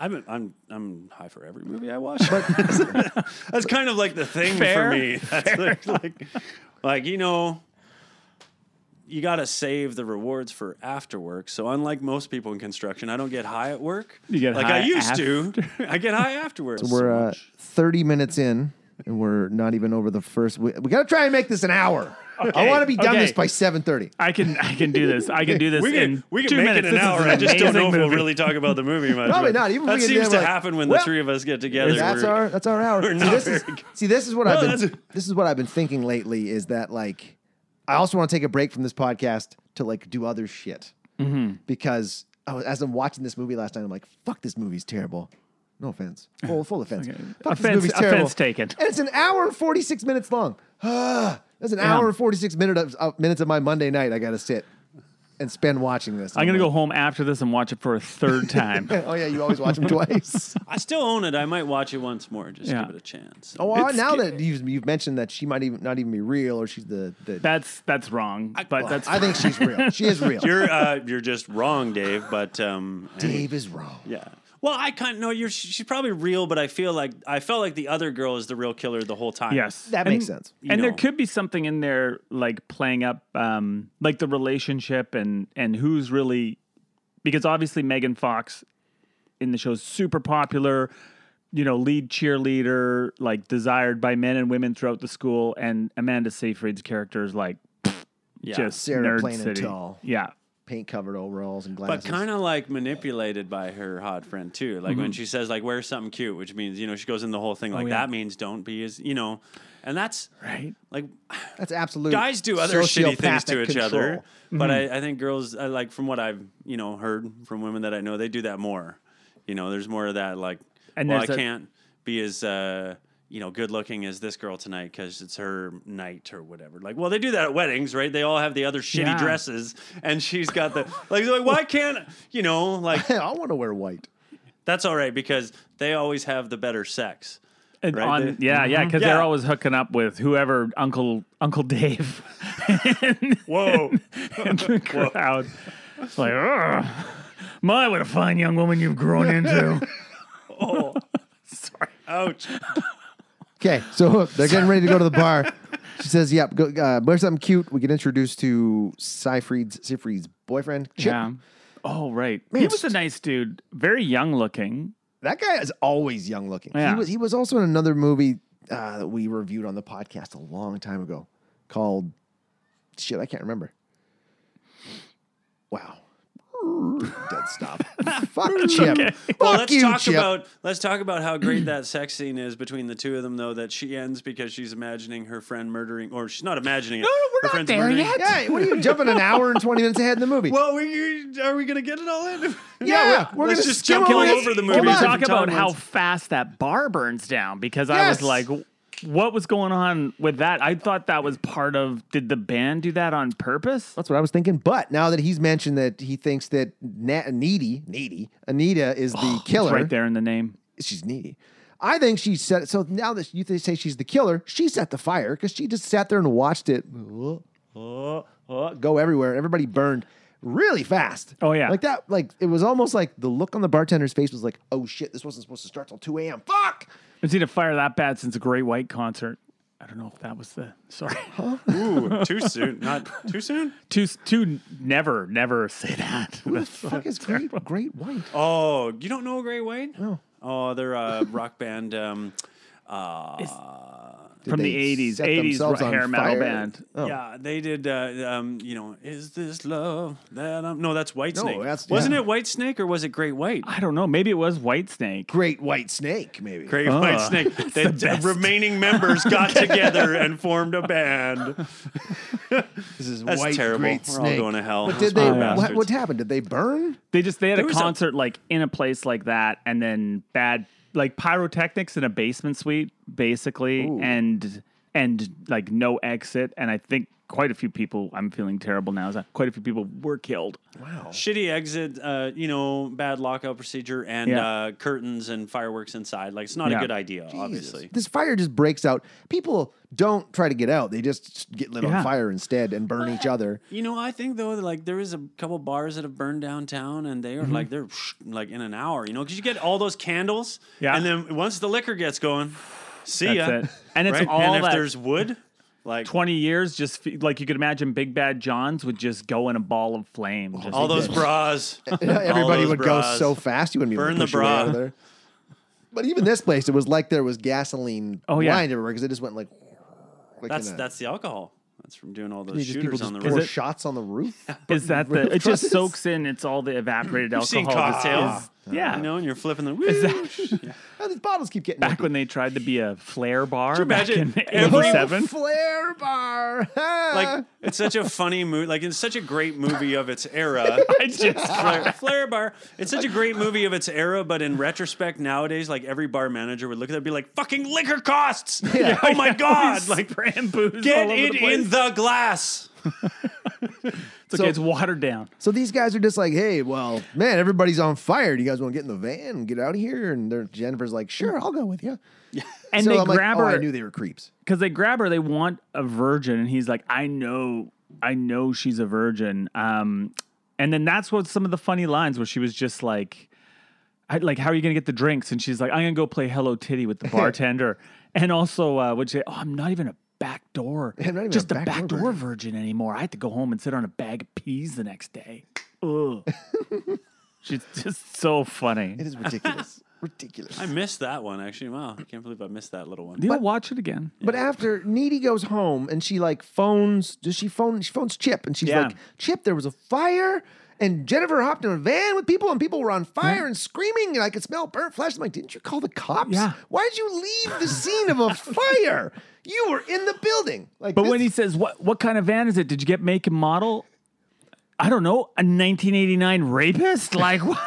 Speaker 2: I'm I'm I'm high for every movie I watch. that's kind of like the thing
Speaker 1: Fair,
Speaker 2: for me. That's like, like, like, you know, you got to save the rewards for after work. So unlike most people in construction, I don't get high at work.
Speaker 1: You get
Speaker 2: like
Speaker 1: high
Speaker 2: I used to. I get high afterwards.
Speaker 3: We're uh, 30 minutes in, and we're not even over the first. We, we got to try and make this an hour. I
Speaker 1: Okay,
Speaker 3: want to be done
Speaker 1: okay.
Speaker 3: this by 7.30.
Speaker 1: I can I can do this. I can do this.
Speaker 2: we
Speaker 1: in
Speaker 2: can we
Speaker 1: two
Speaker 2: can make
Speaker 1: minutes.
Speaker 2: it an
Speaker 1: This is
Speaker 2: hour. I just don't
Speaker 1: amazing
Speaker 2: know if we'll
Speaker 1: movie.
Speaker 2: really talk about the movie much.
Speaker 3: Probably
Speaker 2: but
Speaker 3: not. Even if
Speaker 2: that
Speaker 3: we get
Speaker 2: seems
Speaker 3: down,
Speaker 2: to
Speaker 3: like,
Speaker 2: happen when
Speaker 3: well,
Speaker 2: the three of us get together.
Speaker 3: that's
Speaker 2: We're-
Speaker 3: our that's our hour.
Speaker 2: we're
Speaker 3: see,
Speaker 2: not
Speaker 3: this
Speaker 2: very
Speaker 3: is,
Speaker 2: good.
Speaker 3: see, this is what I've been
Speaker 2: that's-
Speaker 3: this is what I've been thinking lately is that like I also want to take a break from this podcast to like do other shit because I was, as I'm watching this movie last night, I'm like, fuck, this movie's terrible. No offense, full full offense. Fuck, this
Speaker 1: Offense-
Speaker 3: movie's terrible.
Speaker 1: offense taken.
Speaker 3: And it's an hour and forty six minutes long. That's an hour and forty six minute of, of minutes of my Monday night. I got to sit and spend watching this.
Speaker 1: I'm gonna go home after this and watch it for a third time.
Speaker 3: go. Oh yeah, you always watch them twice.
Speaker 2: I still own it. I might watch it once more. Just
Speaker 1: Yeah.
Speaker 2: give it a chance.
Speaker 3: Oh, well,
Speaker 1: It's
Speaker 3: now
Speaker 1: sca-
Speaker 3: that you've, you've mentioned that she might even not even be real, or she's the, the
Speaker 1: that's that's wrong. But that's
Speaker 3: I think she's real. She is real.
Speaker 2: You're uh, you're just wrong, Dave. But um,
Speaker 3: Dave is wrong.
Speaker 2: yeah. Well, I kind of know you're. she- She's probably real, but I feel like I felt like the other girl is the real killer the whole time.
Speaker 1: yes.
Speaker 3: That
Speaker 1: And-
Speaker 3: makes sense.
Speaker 1: and there
Speaker 2: know.
Speaker 1: could be something in there like playing up um like the relationship and and who's really because obviously Megan Fox in the show is super popular, you know, lead cheerleader, like desired by men and women throughout the school and Amanda Seyfried's character is like
Speaker 2: Yeah.
Speaker 1: just
Speaker 3: Sarah
Speaker 1: nerd
Speaker 3: plain and
Speaker 1: city.
Speaker 3: tall.
Speaker 1: Yeah.
Speaker 3: Paint covered overalls and
Speaker 2: But
Speaker 3: glasses.
Speaker 2: kind of like manipulated by her hot friend too. Like when she says like wear something cute, which means you know she goes in the whole thing like
Speaker 1: Mm-hmm. Oh, yeah.
Speaker 2: that means don't be as you know, and that's
Speaker 1: Right.
Speaker 2: like
Speaker 3: That's absolute.
Speaker 2: guys do other shitty things to
Speaker 3: sociopathic
Speaker 2: each other,
Speaker 3: control.
Speaker 2: but
Speaker 1: Mm-hmm.
Speaker 2: I, I think girls I, like from what I've you know heard from women that I know they do that more. You know, there's more of that like
Speaker 1: And
Speaker 2: well I
Speaker 1: there's that-
Speaker 2: can't be as uh, you know good looking as this girl tonight because it's her night or whatever. Like, well, they do that at weddings, right? They all have the other shitty
Speaker 1: Yeah.
Speaker 2: dresses, and she's got the like, like why can't you know like
Speaker 3: Hey, I want to wear white.
Speaker 2: that's all right because they always have the better sex.
Speaker 1: And
Speaker 2: Right, Mm-hmm.
Speaker 1: on,
Speaker 2: they-
Speaker 1: yeah, yeah, because they're
Speaker 2: Yeah.
Speaker 1: always hooking up with whoever Uncle Uncle Dave
Speaker 2: Whoa.
Speaker 1: in the crowd. It's like, "Ugh, my, what a fine young woman you've grown into.
Speaker 2: Ouch.
Speaker 3: Okay, so they're getting ready to go to the bar. She says, "Yep, go, uh, wear something cute." We get introduced to Seyfried's Seyfried's boyfriend. Chip.
Speaker 1: Yeah. Oh, right. he was a nice dude, very young looking.
Speaker 3: That guy is always young looking.
Speaker 1: Yeah.
Speaker 3: He was he was also in another movie uh, that we reviewed on the podcast a long time ago called shit, I can't remember. Wow. Dead stop. Fuck Chip. Fuck
Speaker 2: Well, let's
Speaker 3: you,
Speaker 2: talk
Speaker 3: Chip.
Speaker 2: about let's talk about how great that sex scene is between the two of them, though. That she ends because she's imagining her friend murdering, or she's not imagining it. No,
Speaker 1: we're
Speaker 2: her
Speaker 1: not
Speaker 2: friend's
Speaker 1: there
Speaker 2: murdering-
Speaker 1: yet.
Speaker 3: yeah, what are you jumping an hour and twenty minutes ahead in the movie?
Speaker 2: Well, we, are we gonna get it all in?
Speaker 3: yeah, we're
Speaker 2: let's
Speaker 3: gonna
Speaker 2: just
Speaker 3: skim
Speaker 2: jump all
Speaker 3: this.
Speaker 2: over the
Speaker 3: Come
Speaker 2: movie.
Speaker 1: Can we
Speaker 3: on.
Speaker 1: talk about how
Speaker 2: Timelines.
Speaker 1: fast that bar burns down? Because I was
Speaker 3: Yes.
Speaker 1: like, what was going on with that? I thought that was part of, did the band do that on purpose?
Speaker 3: That's what I was thinking. But now that he's mentioned that he thinks that Na- needy, needy Anita is the killer.
Speaker 1: It's Oh, right there in the name.
Speaker 3: she's needy. I think she set so now that you th- say she's the killer, she set the fire because she just sat there and watched it go everywhere. Everybody burned really fast.
Speaker 1: Oh, yeah.
Speaker 3: like that. Like it was almost like the look on the bartender's face was like, "Oh shit, this wasn't supposed to start till two a.m." Fuck.
Speaker 1: I've seen a fire that bad since a Great White concert. I don't know if that was the, sorry.
Speaker 2: Ooh, too soon. Not too soon.
Speaker 1: to, to never, never say that. That's-
Speaker 3: Fuck is great, great white.
Speaker 2: Oh, you don't know Gray White? No. Oh, they're a rock band. Um, uh,
Speaker 1: from the
Speaker 3: they
Speaker 1: 80s,
Speaker 3: set
Speaker 1: 80s
Speaker 3: themselves
Speaker 1: ro-
Speaker 3: on
Speaker 1: hair metal
Speaker 3: fire?
Speaker 1: band.
Speaker 2: Yeah, they did. Uh, um, you know, is this love that I'm? No, that's White
Speaker 3: No,
Speaker 2: Snake.
Speaker 3: that's-
Speaker 2: Wasn't
Speaker 3: yeah.
Speaker 2: it White Snake or was it Great White?
Speaker 1: I don't know. Maybe it was White Snake.
Speaker 3: Great white snake, maybe.
Speaker 2: Great White
Speaker 3: Ah.
Speaker 2: Snake. The, the
Speaker 1: best.
Speaker 2: remaining members got together and formed a band.
Speaker 3: This is
Speaker 2: That's
Speaker 3: white
Speaker 2: terrible.
Speaker 3: great
Speaker 2: We're
Speaker 3: snake.
Speaker 2: all going to hell.
Speaker 3: But
Speaker 2: Those
Speaker 3: did they?
Speaker 2: poor
Speaker 3: What,
Speaker 2: bastards.
Speaker 3: what happened? Did they burn?
Speaker 1: They just they had
Speaker 2: There
Speaker 1: a
Speaker 2: was a-
Speaker 1: concert like in a place like that, and then bad like pyrotechnics in a basement suite, basically, and and like no exit. And I think quite a few people. I'm feeling terrible now. Is that quite a few people were killed.
Speaker 2: Shitty exit, uh, you know, bad lockout procedure and
Speaker 1: Yeah.
Speaker 2: uh, curtains and fireworks inside. Like, it's not
Speaker 1: Yeah.
Speaker 2: a good idea, obviously.
Speaker 3: This fire just breaks out. People don't try to get out; they just get lit
Speaker 1: Yeah.
Speaker 3: on fire instead and burn each other.
Speaker 2: You know, I think though, like there is a couple bars that have burned downtown, and they are
Speaker 3: Mm-hmm.
Speaker 2: like they're like in an hour. You know, because you get all those candles,
Speaker 1: Yeah.
Speaker 2: and then once the liquor gets going, see
Speaker 1: That's
Speaker 2: ya.
Speaker 1: it. And it's
Speaker 2: right?
Speaker 1: all
Speaker 2: and if
Speaker 1: that-
Speaker 2: there's wood, like
Speaker 1: 20 years, just fe- like you could imagine Big Bad Johns would just go in a ball of flame. Just
Speaker 2: all those bras,
Speaker 3: Everybody
Speaker 2: those
Speaker 3: would go
Speaker 2: bras.
Speaker 3: so fast you wouldn't even
Speaker 2: Burn the
Speaker 3: push your way
Speaker 2: bra.
Speaker 3: out of there. But even this place, it was like there was gasoline
Speaker 1: Oh, yeah.
Speaker 3: lined everywhere because it just went like. like
Speaker 2: That's
Speaker 3: in a-
Speaker 2: that's the alcohol. That's from doing all those
Speaker 3: you just- people
Speaker 2: shooters
Speaker 3: just
Speaker 2: on the
Speaker 3: pour
Speaker 2: road.
Speaker 3: shots on the roof.
Speaker 1: Is that the? It just soaks in. It's all the evaporated
Speaker 2: seen
Speaker 1: alcohol. that's-
Speaker 2: cocktails.
Speaker 1: is- yeah.
Speaker 2: You know, and you're flipping the.
Speaker 3: Oh, these bottles keep getting
Speaker 1: Back when they tried to be a flare bar.
Speaker 2: you
Speaker 1: back
Speaker 2: imagine
Speaker 1: in
Speaker 2: every-
Speaker 1: '87.
Speaker 3: flare bar.
Speaker 2: like it's such a funny movie. Like it's such a great movie of its era.
Speaker 1: I just
Speaker 2: Flare, Flare Bar. It's such a great movie of its era, but in retrospect, nowadays, like every bar manager would look at that and be like, "Fucking liquor costs! oh my god! Like,
Speaker 1: like bramboos.
Speaker 2: get
Speaker 1: all over
Speaker 2: it
Speaker 1: the place.
Speaker 2: in the glass."
Speaker 1: It's okay. It's watered down.
Speaker 3: so these guys are just like, hey, well, man, everybody's on fire. Do you guys want to get in the van and get out of here? And they're, Jennifer's like, sure, I'll go with you.
Speaker 1: And
Speaker 3: so
Speaker 1: they
Speaker 3: I'm
Speaker 1: grab
Speaker 3: like, oh, I
Speaker 1: her
Speaker 3: knew they were creeps.
Speaker 1: because they grab her. They want a virgin, and he's like, "I know, I know she's a virgin." Um, and then that's what some of the funny lines where she was just like, I, "Like, how are you gonna get the drinks?" And she's like, "I'm gonna go play Hello Titty with the bartender." and also, uh, would say, "Oh, I'm not even a back door,
Speaker 3: I'm not even
Speaker 1: just
Speaker 3: a
Speaker 1: a back,
Speaker 3: backdoor
Speaker 1: door, virgin anymore. I had to go home and sit on a bag of peas the next day." Ugh. She's just so funny.
Speaker 3: It is ridiculous. ridiculous.
Speaker 2: I missed that one actually. Wow, I can't believe I missed that little one.
Speaker 1: You'll watch it again.
Speaker 3: But after Needy goes home and she like phones, does she phone? She phones Chip and she's
Speaker 1: Yeah.
Speaker 3: like, Chip, there was a fire. And Jennifer hopped in a van with people, and people were on fire and screaming, and I could smell burnt flesh. I'm like, didn't you call the cops?
Speaker 1: Yeah.
Speaker 3: Why did you leave the scene of a fire? You were in the building. Like,
Speaker 1: But
Speaker 3: this-
Speaker 1: when he says, "What what kind of van is it? Did you get make and model?" I don't know. A 1989 rapist? Like what?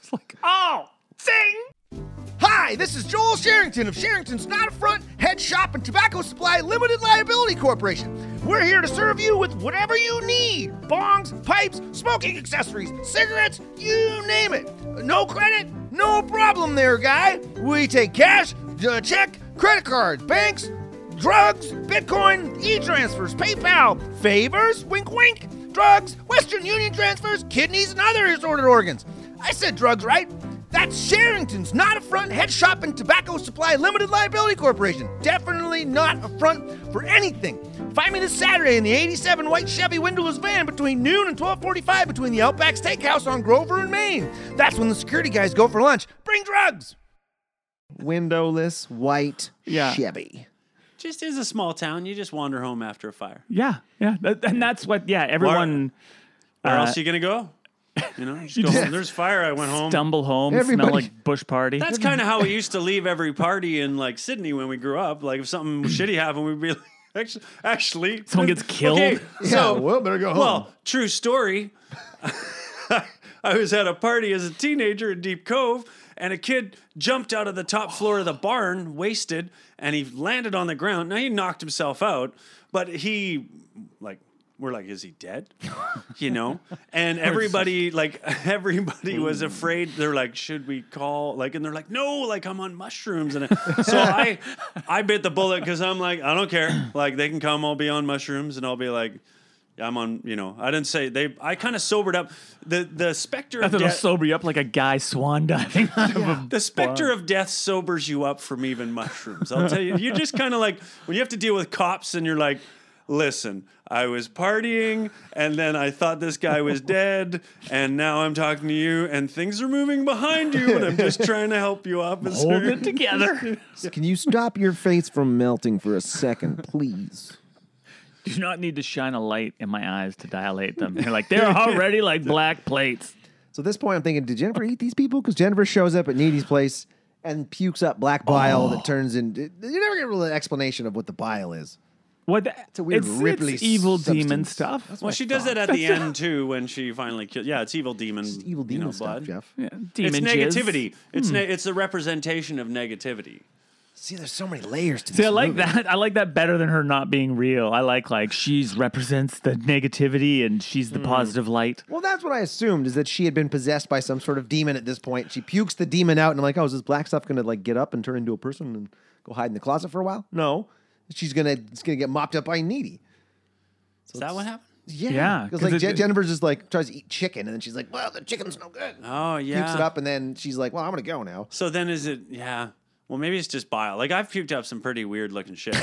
Speaker 1: It's like oh, zing.
Speaker 3: Hi, this is Joel Sherrington of Sherrington's Not a Front Head Shop and Tobacco Supply Limited Liability Corporation. We're here to serve you with whatever you need bongs, pipes, smoking accessories, cigarettes, you name it. No credit, no problem there, guy. We take cash, uh, check, credit cards, banks, drugs, Bitcoin, e transfers, PayPal, favors, wink wink, drugs, Western Union transfers, kidneys, and other disordered organs. I said drugs, right? That's Sherrington's, not a front head shop and tobacco supply limited liability corporation. Definitely not a front for anything. Find me this Saturday in the 87 white Chevy windowless van between noon and 1245 between the Outback Steakhouse on Grover and Maine. That's when the security guys go for lunch. Bring drugs! Windowless white
Speaker 1: Yeah.
Speaker 3: Chevy.
Speaker 2: Just is a small town. You just wander home after a fire.
Speaker 1: Yeah, yeah. That- and that's what. Yeah, everyone
Speaker 2: Where
Speaker 1: Uh,
Speaker 2: else are you gonna go? You know, just go home. There's fire. I went home.
Speaker 1: stumble home,
Speaker 3: Everybody-
Speaker 1: smell like bush party.
Speaker 2: That's kind of how we used to leave every party in like Sydney when we grew up. Like if something shitty happened, we'd be like, actually, actually,
Speaker 1: Someone gets killed?
Speaker 2: Okay, so
Speaker 3: Oh, well, better go home.
Speaker 2: Well, true story. I was at a party as a teenager in Deep Cove, and a kid jumped out of the top floor of the barn, wasted, and he landed on the ground. Now he knocked himself out, but he, like, we're like, is he dead? You know? And everybody, like, everybody was afraid. They're like, should we call? Like, and they're like, no, like, I'm on mushrooms. And I- so I, I bit the bullet because I'm like, I don't care. Like, they can come, I'll be on mushrooms, and I'll be like, I'm on, you know, I didn't say they, I kind of sobered up. The, the specter of
Speaker 1: That'll
Speaker 2: death.
Speaker 1: sober you up like a guy swan diving. out of a-
Speaker 2: The specter of death sobers you up from even mushrooms. I'll tell you, you're just kind of like when you have to deal with cops and you're like, listen, I was partying and then I thought this guy was dead and now I'm talking to you and things are moving behind you and I'm just trying to help you up. And so
Speaker 1: Hold it together.
Speaker 3: Can you stop your face from melting for a second, please?
Speaker 1: Do not need to shine a light in my eyes to dilate them. You're like they're already like black plates.
Speaker 3: So at this point, I'm thinking, did Jennifer eat these people? Because Jennifer shows up at Needy's place and pukes up black bile that turns into. You never get a real explanation of what the bile is.
Speaker 1: What? The, it's
Speaker 3: a weird
Speaker 1: it's,
Speaker 3: Ripley
Speaker 1: evil demon
Speaker 3: substance.
Speaker 1: stuff.
Speaker 2: well, she does that at the end too when she finally kills. Yeah, it's evil demon.
Speaker 3: Evil
Speaker 2: you
Speaker 3: demon
Speaker 2: know,
Speaker 3: stuff,
Speaker 2: blood.
Speaker 3: Jeff. Hmm.
Speaker 1: Yeah,
Speaker 2: It's
Speaker 1: demon jizz.
Speaker 2: negativity. It's ne- it's the representation of negativity.
Speaker 3: See, there's so many layers to
Speaker 1: See,
Speaker 3: this.
Speaker 1: I like
Speaker 3: movie.
Speaker 1: that. I like that better than her not being real. I like like she's represents the negativity and she's the positive light.
Speaker 3: Well, that's what I assumed is that she had been possessed by some sort of demon at this point. She pukes the demon out, and I'm like, oh, is this black stuff gonna like get up and turn into a person and go hide in the closet for a while? No, she's gonna it's gonna get mopped up by needy.
Speaker 2: Is that what happened?
Speaker 3: Yeah,
Speaker 1: Yeah,
Speaker 3: because
Speaker 1: 'cause
Speaker 3: like
Speaker 1: it-
Speaker 3: Je- Jennifer's just like tries to eat chicken, and then she's like, well, the chicken's no good.
Speaker 2: Oh yeah.
Speaker 3: Pukes it up, and then she's like, well, I'm gonna go now.
Speaker 2: So then is it? Yeah. Well, maybe it's just bile. Like I've puked up some pretty weird looking shit.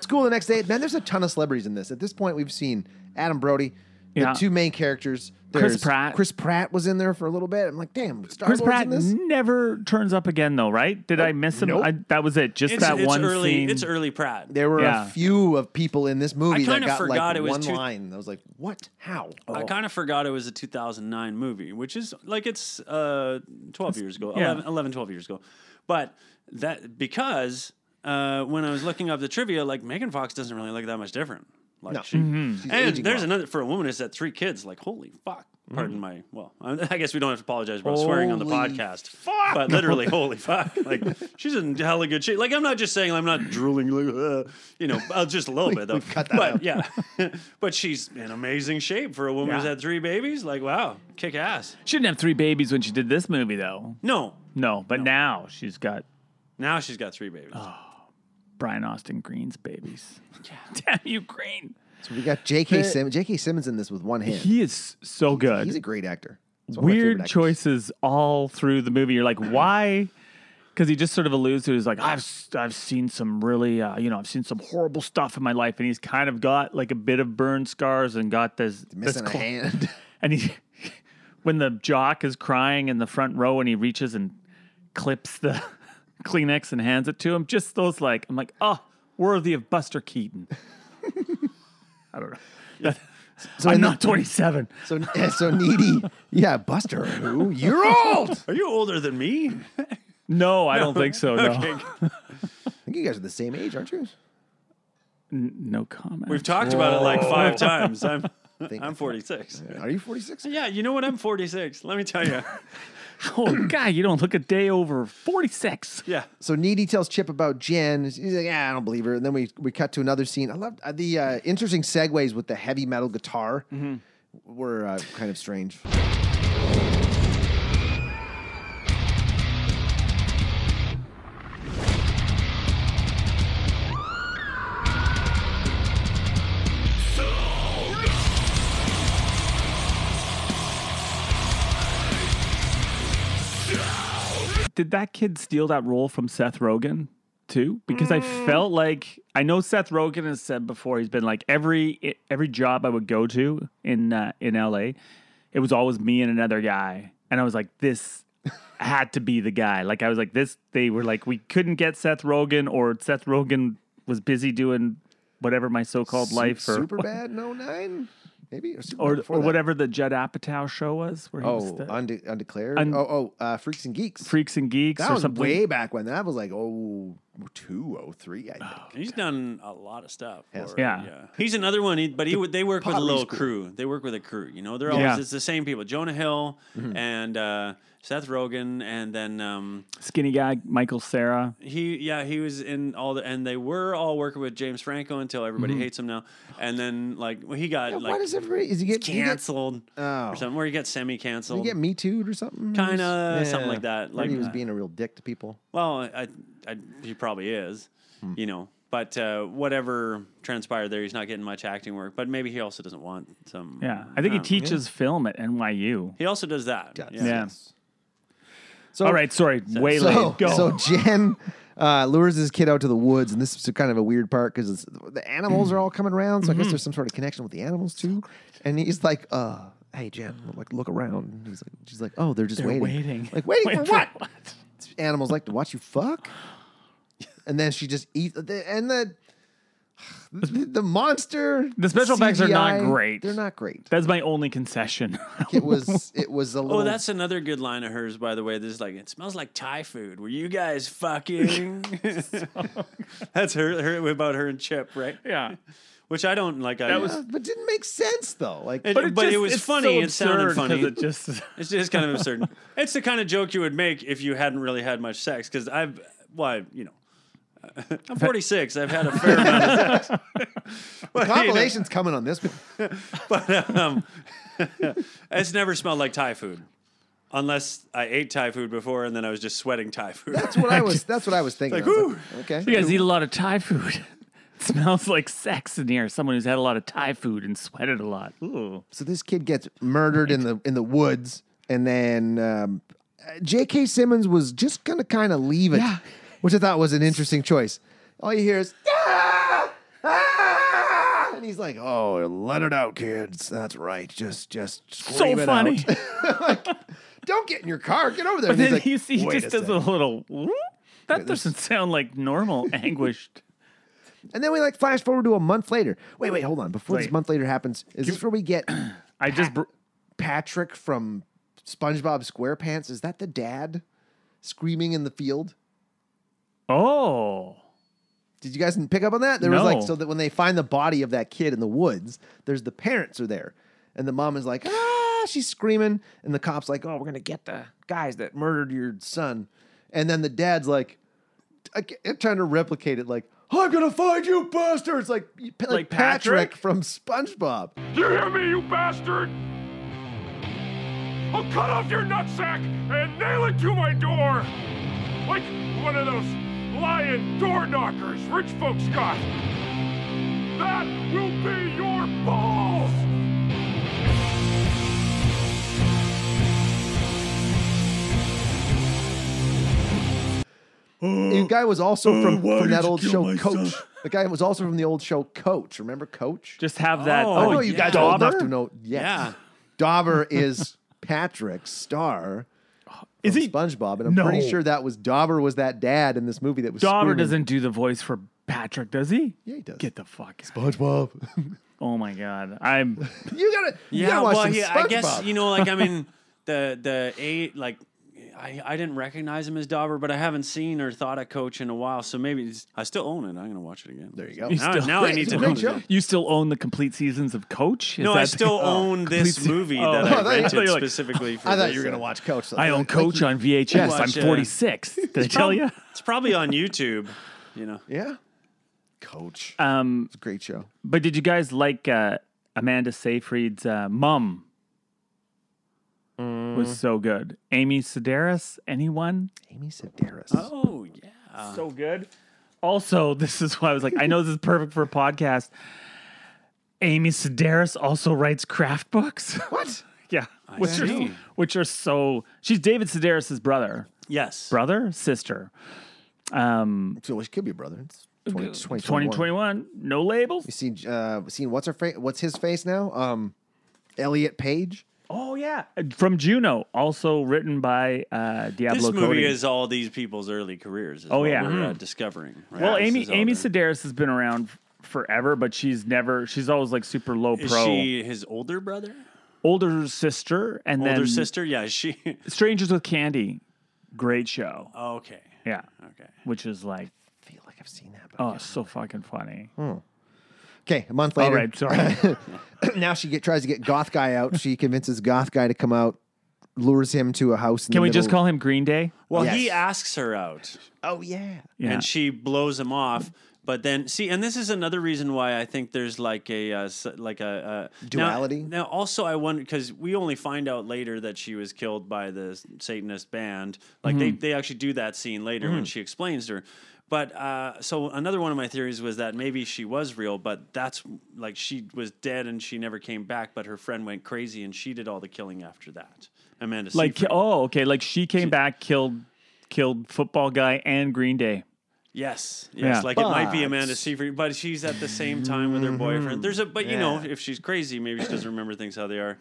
Speaker 3: School the next day. Man, there's a ton of celebrities in this. At this point, we've seen Adam Brody, the
Speaker 1: Yeah.
Speaker 3: two main characters.
Speaker 1: Chris
Speaker 3: There's-
Speaker 1: Pratt.
Speaker 3: Chris Pratt was in there for a little bit. I'm like, damn, Star
Speaker 1: Chris
Speaker 3: Lord's
Speaker 1: Pratt
Speaker 3: in this?
Speaker 1: never turns up again though, right? Did I miss him?
Speaker 3: nope.
Speaker 1: I, that was it. Just
Speaker 2: It's,
Speaker 1: that
Speaker 2: it's
Speaker 1: one
Speaker 2: early.
Speaker 1: scene.
Speaker 2: It's early Pratt.
Speaker 3: There were
Speaker 1: Yeah.
Speaker 3: a few of people in this movie
Speaker 2: I
Speaker 3: that
Speaker 2: kinda
Speaker 3: got like
Speaker 2: forgot it was
Speaker 3: one
Speaker 2: two- Oh.
Speaker 3: line. I was like, "What? How?"
Speaker 2: I kind of forgot it was a 2009 movie, which is like it's uh, 12 years ago,
Speaker 1: yeah.
Speaker 2: 11, 11, 12 years ago. But that because uh, when I was looking up the trivia, like Megan Fox doesn't really look that much different. Like
Speaker 3: No.
Speaker 2: she,
Speaker 3: She's
Speaker 2: and
Speaker 3: aging
Speaker 2: there's
Speaker 3: well.
Speaker 2: another for a woman who's had three kids. Like holy fuck! Pardon my well, I, I guess we don't have to apologize about swearing on the
Speaker 3: Holy
Speaker 2: podcast. But literally, holy fuck! Like she's in hella good shape. Like I'm not just saying I'm not drooling. Like, uh, you know, uh, just a little bit though.
Speaker 3: cut that
Speaker 2: but
Speaker 3: out.
Speaker 2: yeah, but she's in amazing shape for a woman who's
Speaker 1: Yeah.
Speaker 2: had three babies. Like, wow, kick ass.
Speaker 1: she didn't have three babies when she did this movie though.
Speaker 2: No,
Speaker 1: No, but now she's got
Speaker 2: now she's got three babies.
Speaker 3: Oh.
Speaker 1: Brian Austin Green's babies. Damn you, Green.
Speaker 3: So we got J.K. Simmons. J.K. Simmons in this with one hand.
Speaker 1: He is so good.
Speaker 3: He's a great actor. He's one of my favorite
Speaker 1: weird
Speaker 3: actors.
Speaker 1: choices all through the movie. You're like, why? Because he just sort of alludes to it. He's like, I've s- I've seen some really, uh, you know, I've seen some horrible stuff in my life, and he's kind of got like a bit of burn scars and got this this
Speaker 3: Missing a
Speaker 1: cl-
Speaker 3: hand.
Speaker 1: And he, when the jock is crying in the front row, and he reaches and clips the Kleenex and hands it to him, just those like, I'm like, oh, worthy of Buster Keaton. I don't know.
Speaker 3: So
Speaker 1: I'm
Speaker 3: in the-
Speaker 1: not 27.
Speaker 3: So yeah, so needy. Yeah, Buster. Who? You're old.
Speaker 2: Are you older than me?
Speaker 1: No, I don't think so. No,
Speaker 2: Okay,
Speaker 3: I think you guys are the same age, aren't you?
Speaker 1: no comment.
Speaker 2: We've talked about it like five times. I'm
Speaker 3: Think-
Speaker 2: I'm 46.
Speaker 3: Are you 46?
Speaker 2: Yeah, you know what? I'm 46. Let me tell you.
Speaker 1: Oh, God, you don't look a day over 46.
Speaker 2: Yeah.
Speaker 3: So Needy tells Chip about Jen. He's like, "Yeah, I don't believe her." And then we we cut to another scene. I love uh, the uh, interesting segues with the heavy metal guitar.
Speaker 2: Mm-hmm.
Speaker 3: Were uh, kind of strange.
Speaker 1: Did that kid steal that role from Seth Rogen too? Because I felt like I know Seth Rogen has said before he's been like every e, every job I would go to in uh, in LA, it was always me and another guy, and I was like this had to be the guy. Like I was like this. They were like we couldn't get Seth Rogen, or Seth Rogen was busy doing whatever my so-called life or
Speaker 3: Super bad. No nine. Maybe or, Superbad
Speaker 1: or,
Speaker 3: before
Speaker 1: or
Speaker 3: that.
Speaker 1: whatever the Judd Apatow show was where he was
Speaker 3: Oh,
Speaker 1: the,
Speaker 3: unde- undeclared.
Speaker 1: Un-
Speaker 3: oh, oh, uh, freaks and geeks.
Speaker 1: Freaks and Geeks
Speaker 3: that
Speaker 1: or
Speaker 3: was
Speaker 1: something.
Speaker 3: way back when. That was like oh two oh three. I think.
Speaker 2: He's done a lot of stuff.
Speaker 3: Has
Speaker 2: for-
Speaker 1: he? Yeah.
Speaker 2: He's another one, he, but he would they work with a
Speaker 3: pottery's
Speaker 2: little
Speaker 3: cool.
Speaker 2: crew. They work with a crew. You know, they're always
Speaker 1: Yeah.
Speaker 2: it's the same people: Jonah Hill
Speaker 3: Mm-hmm.
Speaker 2: and uh, Seth Rogen, and then um,
Speaker 1: Skinny guy, Michael Sarah.
Speaker 2: he yeah he was in all the and they were all working with James Franco until everybody hates him now. And then like well, he got
Speaker 3: Mm-hmm. Yeah, why
Speaker 2: like
Speaker 3: does everybody? Is he get you get,
Speaker 2: canceled
Speaker 3: Oh.
Speaker 2: or something, or he got semi
Speaker 3: you
Speaker 2: canceled.
Speaker 3: get me too'd or something?
Speaker 2: Kinda, something like that,
Speaker 3: Heard
Speaker 2: like
Speaker 3: he was
Speaker 2: that.
Speaker 3: being a real dick to people.
Speaker 2: Well, I, I, he probably is,
Speaker 3: Hmm.
Speaker 2: you know. But uh, whatever transpired there, he's not getting much acting work. But maybe he also doesn't want some.
Speaker 1: Oh, Yeah, I think he
Speaker 2: don't know.
Speaker 1: teaches film at NYU.
Speaker 2: He also does that.
Speaker 3: Yeah.
Speaker 1: Yeah.
Speaker 3: So
Speaker 1: All right, sorry, way
Speaker 3: So,
Speaker 1: late. Go.
Speaker 3: so Jen uh, lures this kid out to the woods, and this is kind of a weird part because the animals are all coming around. So I guess
Speaker 1: Mm-hmm.
Speaker 3: there's some sort of connection with the animals too. And he's like, uh, "Hey, Jen, like look around." And he's like, "She's like, oh, they're just
Speaker 1: They're
Speaker 3: waiting,
Speaker 1: waiting.
Speaker 3: like waiting
Speaker 1: Wait
Speaker 3: for what? Animals like to watch you fuck." And then she just eats, the- and the the, the monster.
Speaker 1: The special effects are not
Speaker 3: CGI,
Speaker 1: great.
Speaker 3: They're not great.
Speaker 1: That's my only concession.
Speaker 3: It was it was a little.
Speaker 2: Oh, that's another good line of hers, by the way. This is like, it smells like Thai food. Were you guys fucking? That's her, her about her and Chip, right?
Speaker 1: yeah,
Speaker 2: Which I don't like. I,
Speaker 1: That
Speaker 3: Uh,
Speaker 1: was-
Speaker 3: but didn't make sense though. Like
Speaker 2: It- But it was
Speaker 1: it's
Speaker 2: funny,
Speaker 1: so
Speaker 2: it sounded
Speaker 1: absurd 'cause
Speaker 2: funny.
Speaker 1: It just
Speaker 2: It's just kind of absurd. It's the kind of joke you would make if you hadn't really had much sex. Because I've, well, I, you know, I'm 46. I've had a fair amount of
Speaker 3: The compilation's coming on this one.
Speaker 2: but um, it's never smelled like Thai food, unless I ate Thai food before and then I was just sweating Thai food.
Speaker 3: That's what I was. That's what I was thinking.
Speaker 2: Like,
Speaker 3: I was like, okay.
Speaker 1: You guys eat a lot of Thai food. It smells like sex in here. Someone who's had a lot of Thai food and sweated a lot. Ooh.
Speaker 3: So this kid gets murdered in the in the woods, and then um, J.K. Simmons was just gonna kind of leave it,
Speaker 1: Yeah.
Speaker 3: which I thought was an interesting choice. All you hear is "Ah! Ah!" and he's like, "Oh, let it out, kids. That's right. Just just
Speaker 1: So
Speaker 3: scream it
Speaker 1: funny.
Speaker 3: out. Don't get in your car. Get over there."
Speaker 1: But
Speaker 3: And he's
Speaker 1: then
Speaker 3: like,
Speaker 1: you see he
Speaker 3: "Wait
Speaker 1: just
Speaker 3: a
Speaker 1: does a
Speaker 3: second."
Speaker 1: little "Whoop." that doesn't sound like normal anguished.
Speaker 3: and then we like flash forward to a month later. Wait, wait, hold on. Before this
Speaker 1: Wait.
Speaker 3: month later happens, is this where we get
Speaker 1: I just br-
Speaker 3: Patrick from SpongeBob SquarePants? Is that the dad screaming in the field?
Speaker 1: Oh.
Speaker 3: Did you guys pick up on that? There was
Speaker 1: No.
Speaker 3: like so that when they find the body of that kid in the woods, there's the parents are there, and the mom is like, ah, she's screaming, and the cops like, oh, we're gonna get the guys that murdered your son, and then the dad's like, I ca- I'm trying to replicate it like. I'm gonna find you bastards! Like, you- like,
Speaker 1: Like
Speaker 3: Patrick?
Speaker 1: Patrick?
Speaker 3: from SpongeBob.
Speaker 4: You hear me, you bastard? I'll cut off your nutsack and nail it to my door! Like one of those lion door knockers rich folks got! That will be your balls!
Speaker 1: Uh,
Speaker 3: The guy was also from, from that old show Coach. The guy was also from the old show Coach. Remember Coach?
Speaker 1: Just have that.
Speaker 2: Oh,
Speaker 1: Oh,
Speaker 2: I
Speaker 3: I know
Speaker 2: no,
Speaker 3: you
Speaker 2: yeah.
Speaker 3: guys are old
Speaker 1: Dauber?
Speaker 3: enough to know. Yes.
Speaker 2: Yeah.
Speaker 3: Dauber is Patrick's star.
Speaker 1: Is
Speaker 3: from
Speaker 1: he-
Speaker 3: SpongeBob? And I'm
Speaker 1: No.
Speaker 3: pretty sure that was Dauber was that dad in this movie that was
Speaker 1: Dauber
Speaker 3: screaming.
Speaker 1: doesn't do the voice for Patrick, does he?
Speaker 3: Yeah, he does.
Speaker 1: Get the fuck. out.
Speaker 3: SpongeBob.
Speaker 1: Oh my god. I'm
Speaker 3: you gotta. you
Speaker 2: yeah,
Speaker 3: gotta watch
Speaker 2: well,
Speaker 3: some
Speaker 2: he,
Speaker 3: SpongeBob.
Speaker 2: I guess you know, like I mean, the the eight, like I, I didn't recognize him as Dauber, but I haven't seen or thought of Coach in a while, so maybe it's- I still own it. I'm gonna watch it again.
Speaker 3: There you go.
Speaker 2: Now,
Speaker 1: still-
Speaker 2: now I
Speaker 3: Great,
Speaker 2: need to
Speaker 3: great
Speaker 2: own it.
Speaker 3: show.
Speaker 2: again.
Speaker 1: You still own the complete seasons of Coach? Is
Speaker 2: No, I
Speaker 1: that- Oh,
Speaker 2: still own this
Speaker 1: complete-
Speaker 2: movie
Speaker 1: Oh.
Speaker 2: that
Speaker 1: I thought
Speaker 2: I
Speaker 1: you- I thought
Speaker 2: rented
Speaker 1: you were like-
Speaker 2: specifically for.
Speaker 3: I thought
Speaker 2: this,
Speaker 3: you were gonna
Speaker 2: uh,
Speaker 3: watch Coach. so-
Speaker 1: I own
Speaker 3: like,
Speaker 1: Coach
Speaker 3: you-
Speaker 1: on VHS.
Speaker 2: Watch,
Speaker 1: I'm
Speaker 2: uh,
Speaker 1: 46. Did I tell you?
Speaker 2: It's probably on YouTube. You know,
Speaker 3: Yeah. Coach.
Speaker 1: Um,
Speaker 3: It's a great show.
Speaker 1: But did you guys like uh, Amanda Seyfried's uh, mom?
Speaker 2: Mm.
Speaker 1: Was so good. Amy Sedaris. Anyone?
Speaker 3: Amy Sedaris.
Speaker 2: oh yeah,
Speaker 1: So good. Also, this is why I was like, I know this is perfect for a podcast. Amy Sedaris also writes craft books.
Speaker 3: What?
Speaker 1: yeah, which are,
Speaker 2: see.
Speaker 1: which are so. She's David Sedaris's brother,
Speaker 2: yes,
Speaker 1: brother, sister. Um,
Speaker 3: So it could be a brother. It's 20, 2021.
Speaker 1: 2021, no labels.
Speaker 3: You seen uh, seen what's her face? What's his face now? Um, Elliot Page.
Speaker 1: Oh yeah, from Juno, also written by uh, Diablo.
Speaker 2: This movie
Speaker 1: Cody.
Speaker 2: is all these people's early careers. Is
Speaker 1: Oh,
Speaker 2: what
Speaker 1: yeah.
Speaker 2: we're, uh,
Speaker 1: Mhm.
Speaker 2: discovering. right?
Speaker 1: Well,
Speaker 2: This
Speaker 1: Amy
Speaker 2: is all
Speaker 1: Amy
Speaker 2: their-
Speaker 1: Sedaris has been around f- forever, but she's never she's always like super low
Speaker 2: is
Speaker 1: pro.
Speaker 2: she his older brother,
Speaker 1: Older sister and
Speaker 2: older
Speaker 1: then
Speaker 2: sister? Yeah, is she.
Speaker 1: Strangers with Candy, great show.
Speaker 2: okay,
Speaker 1: Yeah,
Speaker 2: okay.
Speaker 1: which is like
Speaker 3: I feel like I've seen that. But
Speaker 1: oh so fucking funny.
Speaker 3: Okay, a month
Speaker 1: All
Speaker 3: later.
Speaker 1: right, sorry.
Speaker 3: now she get, tries to get Goth Guy out. She convinces Goth Guy to come out, lures him to a house. In
Speaker 1: Can
Speaker 3: the
Speaker 1: we just
Speaker 3: middle-
Speaker 1: call him Green Day?
Speaker 2: Well,
Speaker 3: Yes.
Speaker 2: he asks her out,
Speaker 3: Oh yeah.
Speaker 1: Yeah.
Speaker 2: and she blows him off. But then, see, and this is another reason why I think there's like a uh, s- like a uh,
Speaker 3: Duality?
Speaker 2: Now, now also, I wonder because we only find out later that she was killed by the s- Satanist band. Like they
Speaker 1: Mm-hmm.
Speaker 2: they actually do that scene later when
Speaker 1: Mm.
Speaker 2: she explains to her. But uh, so another one of my theories was that maybe she was real, but that's like she was dead and she never came back. But her friend went crazy and she did all the killing after that. Amanda,
Speaker 1: like
Speaker 2: Seyfried.
Speaker 1: oh okay, like she came back killed killed football guy and Green Day.
Speaker 2: Yes, yes.
Speaker 1: Yeah.
Speaker 2: Like it might be Amanda
Speaker 3: But-
Speaker 2: Seyfried, but she's at the same time with her boyfriend. There's a, but you know, if she's crazy, maybe she doesn't remember things how they are.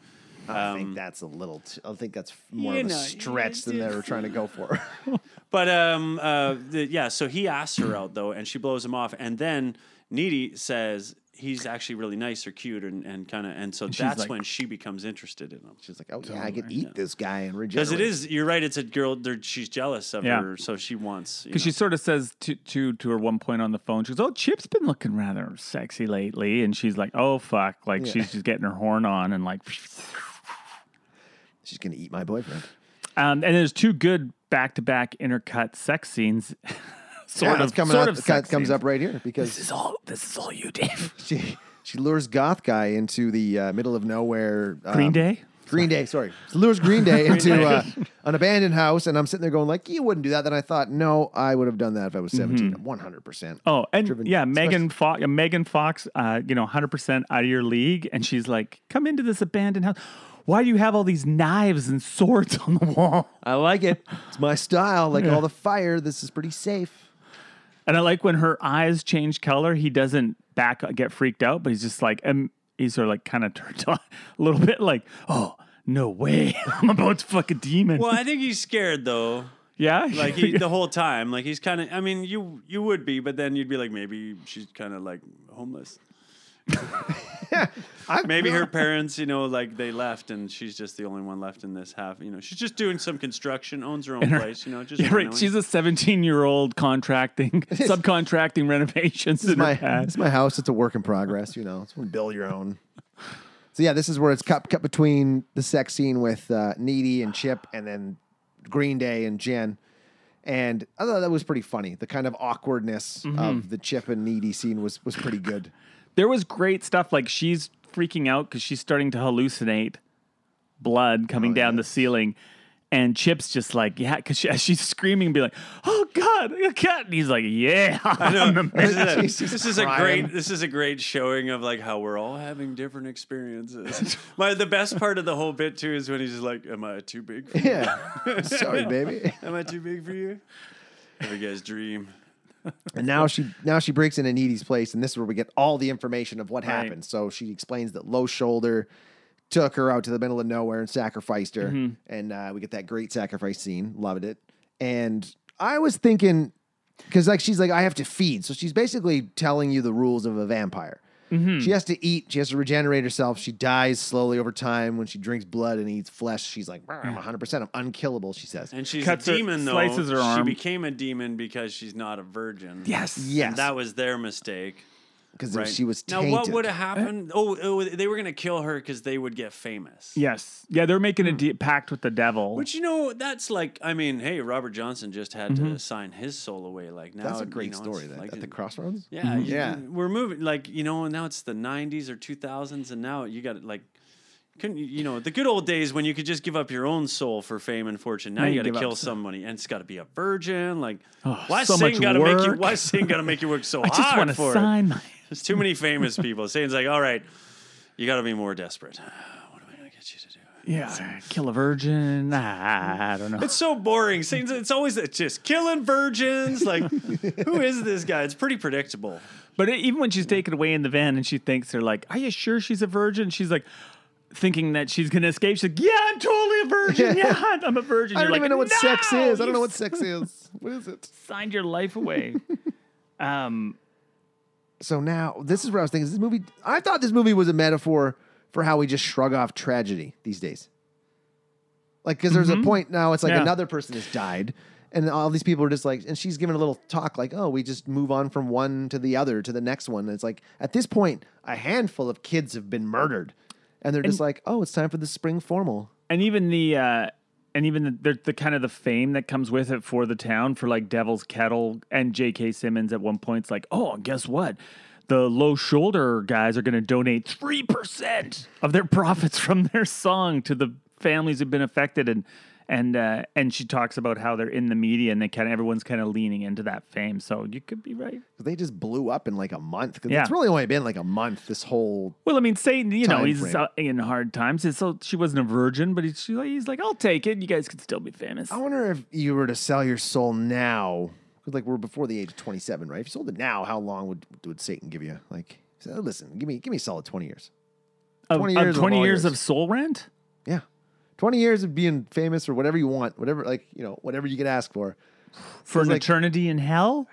Speaker 3: I think that's a little. T- I think that's more
Speaker 2: you
Speaker 3: of a
Speaker 2: know,
Speaker 3: stretch than
Speaker 2: you-
Speaker 3: they were trying to go for.
Speaker 2: But um, uh, the, yeah. So he asks her out though, and she blows him off, and then Needy says he's actually really nice or cute, and, and kind of, and so that's
Speaker 1: like-
Speaker 2: when she becomes interested in him.
Speaker 3: She's like, "Oh yeah, I could eat this guy and regenerate."
Speaker 2: Because it is, you're right. It's a girl. they're- She's jealous of
Speaker 1: Yeah.
Speaker 2: her, so she wants. you
Speaker 1: Because
Speaker 2: know.
Speaker 1: she sort of says to, to to her one point on the phone, she goes, "Oh, Chip's been looking rather sexy lately," and she's like, "Oh fuck!" Like she's just getting her horn on and like,
Speaker 3: She's gonna eat my boyfriend.
Speaker 1: um, and there's two good back to back intercut sex scenes. sort
Speaker 3: yeah,
Speaker 1: of
Speaker 3: it's coming
Speaker 1: sort
Speaker 3: up,
Speaker 1: of
Speaker 3: it
Speaker 1: sex
Speaker 3: comes
Speaker 1: scenes.
Speaker 3: up right here because
Speaker 1: This is all. This is all you, Dave.
Speaker 3: she she lures goth guy into the uh, middle of nowhere. um,
Speaker 1: Green Day.
Speaker 3: Green Day, sorry. She lures Green Day into Uh, an abandoned house, and I'm sitting there going like, "You wouldn't do that." Then I thought, "No, I would have done that if I was 17, 100." percent
Speaker 1: Oh, and
Speaker 3: driven-
Speaker 1: yeah,
Speaker 3: especially-
Speaker 1: Megan Fox, Megan Fox, uh, you know, hundred percent out of your league, and she's like, "Come into this abandoned house. Why do you have all these knives and swords on the wall?"
Speaker 5: I like it.
Speaker 3: It's my style. Like all the fire, this is pretty safe.
Speaker 1: And I like when her eyes change color. He doesn't back uh, get freaked out, but he's just like, um, he's sort of like kind of turned on a little bit, like, "Oh, no way, I'm about to fuck a demon."
Speaker 2: Well, I think he's scared though.
Speaker 1: Yeah,
Speaker 2: Like he, the whole time, like he's kind of. I mean, you you would be, but then you'd be like, maybe she's kind of like homeless. maybe her parents, you know, like they left, and she's just the only one left in this half. You know, she's just doing some construction, owns her own
Speaker 1: her-
Speaker 2: place. You know, just
Speaker 1: Yeah, right.
Speaker 2: running.
Speaker 1: She's a 17 year old contracting, subcontracting renovations
Speaker 3: It's
Speaker 1: in
Speaker 3: my
Speaker 1: her pad.
Speaker 3: it's my house. It's a work in progress. You know, it's one build your own. So yeah, this is where it's cut cut between the sex scene with uh, Needy and Chip, and then Green Day and Jen. And I thought that was pretty funny. The kind of awkwardness of the Chip and Needy scene was was pretty good.
Speaker 1: There was great stuff. Like she's freaking out because she's starting to hallucinate blood
Speaker 2: Oh,
Speaker 1: coming down the ceiling. And Chip's just like, yeah, because she, she's screaming and be like, oh God, a cat. And he's like, yeah.
Speaker 2: I know.
Speaker 1: I'm a man."
Speaker 2: This is, a,
Speaker 3: Jesus
Speaker 2: this is a
Speaker 3: crying.
Speaker 2: great. This is a great showing of like how we're all having different experiences. My the best part of the whole bit too is when he's just like, "Am I too big? For you?
Speaker 3: Yeah, sorry, baby.
Speaker 2: Am I too big for you?" Every guy's dream.
Speaker 3: And now she now she breaks into Needy's place, and this is where we get all the information of what
Speaker 1: Right.
Speaker 3: happened. So she explains that Low Shoulder took her out to the middle of nowhere and sacrificed her,
Speaker 2: Mm-hmm.
Speaker 3: and uh, we get that great sacrifice scene. Loved it. And I was thinking, because like she's like, I have to feed, so she's basically telling you the rules of a vampire.
Speaker 2: Mm-hmm.
Speaker 3: She has to eat. She has to regenerate herself. She dies slowly over time when she drinks blood and eats flesh. She's like,
Speaker 2: Mm.
Speaker 3: I'm 100%. I'm unkillable, she says.
Speaker 2: And she's
Speaker 1: Cuts
Speaker 2: a
Speaker 1: her-
Speaker 2: demon though.
Speaker 1: slices her arm.
Speaker 2: She became a demon because she's not a virgin.
Speaker 1: yes.
Speaker 3: yes.
Speaker 2: That was their mistake.
Speaker 3: Because
Speaker 2: Right.
Speaker 3: she was
Speaker 2: now,
Speaker 3: tainted.
Speaker 2: what would have happened? Oh, oh, they were gonna kill her because they would get famous.
Speaker 1: Yes. Yeah. They're making
Speaker 2: Hmm.
Speaker 1: a de- pact with the devil.
Speaker 2: But you know, that's like, I mean, hey, Robert Johnson just had
Speaker 1: Mm-hmm.
Speaker 2: to sign his soul away. Like now,
Speaker 3: That's
Speaker 2: it-
Speaker 3: a
Speaker 2: you
Speaker 3: great
Speaker 2: know, it's
Speaker 3: story. That,
Speaker 2: like
Speaker 3: at the
Speaker 2: it-
Speaker 3: crossroads.
Speaker 2: Yeah,
Speaker 1: Mm-hmm.
Speaker 2: you-
Speaker 3: Yeah.
Speaker 2: We're moving like you know now it's the '90s or 2000s, and now you got like, couldn't you- you know the good old days when you could just give up your own soul for fame and fortune. Now,
Speaker 1: Now
Speaker 2: you,
Speaker 1: you
Speaker 2: got
Speaker 1: give
Speaker 2: to
Speaker 1: up
Speaker 2: kill
Speaker 1: s-
Speaker 2: somebody, and it's got to be a virgin. Like, why
Speaker 1: so
Speaker 2: Sing
Speaker 1: much
Speaker 2: got to make you?
Speaker 1: work.
Speaker 2: Why Sing got to make you work so
Speaker 1: I just
Speaker 2: hard
Speaker 1: want to
Speaker 2: for
Speaker 1: sign
Speaker 2: it?
Speaker 1: my.
Speaker 2: There's too many famous people. Sing's like, all right, you got to be more desperate. What am I gonna get you to do?
Speaker 1: Yeah. Kill a virgin. I don't know.
Speaker 2: It's so boring. Scenes. It's always just killing virgins. Like, who is this guy? It's pretty predictable.
Speaker 1: But it, even when she's taken away in the van and she thinks they're like, Are you sure she's a virgin? She's like, Thinking that she's going to escape. She's like, Yeah, I'm totally a virgin. Yeah, I'm a virgin.
Speaker 3: I
Speaker 1: You're
Speaker 3: don't
Speaker 1: like,
Speaker 3: even know what
Speaker 1: "No,
Speaker 3: sex is. I don't
Speaker 1: you've
Speaker 3: know what sex is. What is it?
Speaker 1: signed your life away. um,
Speaker 3: So now this is what I was thinking. This movie, I thought this movie was a metaphor for how we just shrug off tragedy these days. Like, because there's a point now. It's like
Speaker 1: Mm-hmm. Yeah.
Speaker 3: another person has died, and all these people are just like, and she's giving a little talk like, "Oh, we just move on from one to the other to the next one." And it's like at this point, a handful of kids have been murdered, and they're just like, "Oh, it's time for the spring formal."
Speaker 1: and even the uh, and even the, the the kind of the fame that comes with it for the town for like Devil's Kettle and J.K. Simmons at one point's like, oh, and guess what? The low shoulder guys are going to donate three percent of their profits from their song to the families who've been affected, and and uh, and she talks about how they're in the media and they kind of everyone's kind of leaning into that fame. So you could be right.
Speaker 3: They just blew up in like a month. 'Cause
Speaker 1: Yeah.
Speaker 3: it's really only been like a month. This whole
Speaker 1: Well, I mean, Satan, you know,
Speaker 3: Time
Speaker 1: he's
Speaker 3: frame.
Speaker 1: out in hard times. and So she wasn't a virgin, but he's, she's like, he's like, I'll take it. You guys could still be famous.
Speaker 3: I wonder if you were to sell your soul now, 'cause, like we're before the age of twenty-seven, right? If you sold it now, how long would would Satan give you? Like, he said, "Oh, listen, give me give me a solid twenty years.
Speaker 1: Of-
Speaker 3: 20
Speaker 1: of
Speaker 3: years of
Speaker 1: 20
Speaker 3: all
Speaker 1: years
Speaker 3: yours.
Speaker 1: of soul rent?
Speaker 3: Yeah, twenty years of being famous or whatever you want, whatever like you know whatever you could ask for.
Speaker 1: For an
Speaker 3: like-
Speaker 1: eternity in hell?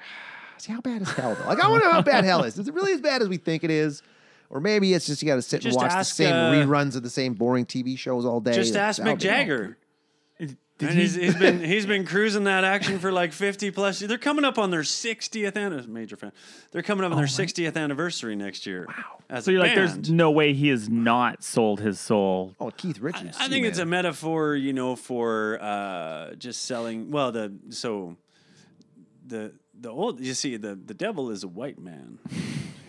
Speaker 3: See how bad is hell though? Like, I wonder how bad hell is. Is it really as bad as we think it is? Or maybe it's just you got to sit
Speaker 2: Just
Speaker 3: and watch the
Speaker 2: ask,
Speaker 3: same
Speaker 2: uh,
Speaker 3: reruns of the same boring TV shows all day.
Speaker 2: Just
Speaker 3: Like,
Speaker 2: ask
Speaker 3: that'll
Speaker 2: Mick
Speaker 3: be awful.
Speaker 2: Jagger.
Speaker 1: Did
Speaker 2: And
Speaker 1: he-
Speaker 2: he's, he's been he's been cruising that action for like 50 plus. They're coming up on their 60th anniversary. Major fan. They're coming up on their 60th anniversary next year. Wow.
Speaker 1: Oh
Speaker 2: As
Speaker 1: so
Speaker 2: a
Speaker 1: you're like,
Speaker 2: band.
Speaker 1: there's no way he has not sold his soul.
Speaker 3: Oh, Keith Richards.
Speaker 2: I
Speaker 3: too,
Speaker 2: think it's a
Speaker 3: man.
Speaker 2: metaphor, you know, for uh, just selling. Well, the so the the old you see the the devil is a white man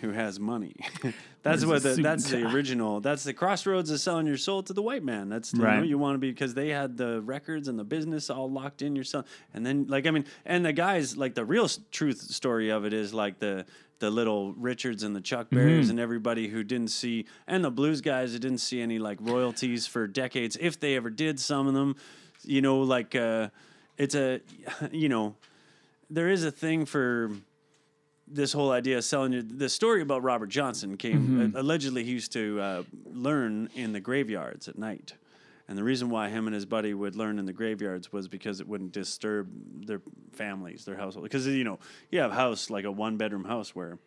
Speaker 2: who has money.
Speaker 1: Wears
Speaker 2: that's
Speaker 1: a
Speaker 2: what the,
Speaker 1: suit
Speaker 2: that's
Speaker 1: and
Speaker 2: the
Speaker 1: tie.
Speaker 2: original. That's the crossroads of selling your soul to the white man. That's the, you,
Speaker 1: Right.
Speaker 2: know, you want to be because they had the records and the business all locked in yourself. And then like I mean, and the guys like the real s- truth story of it is like the the little Richards and the Chuck Berrys and everybody who didn't see and the blues guys who didn't see any like royalties for decades if they ever did. Some of them, you know, like uh, it's a you know there is a thing for this whole idea of selling your, the story about Robert Johnson came uh, allegedly he used to uh, learn in the graveyards at night. And the reason why him and his buddy would learn in the graveyards was because it wouldn't disturb their families, their household. Because you know, you have a house like a one bedroom house where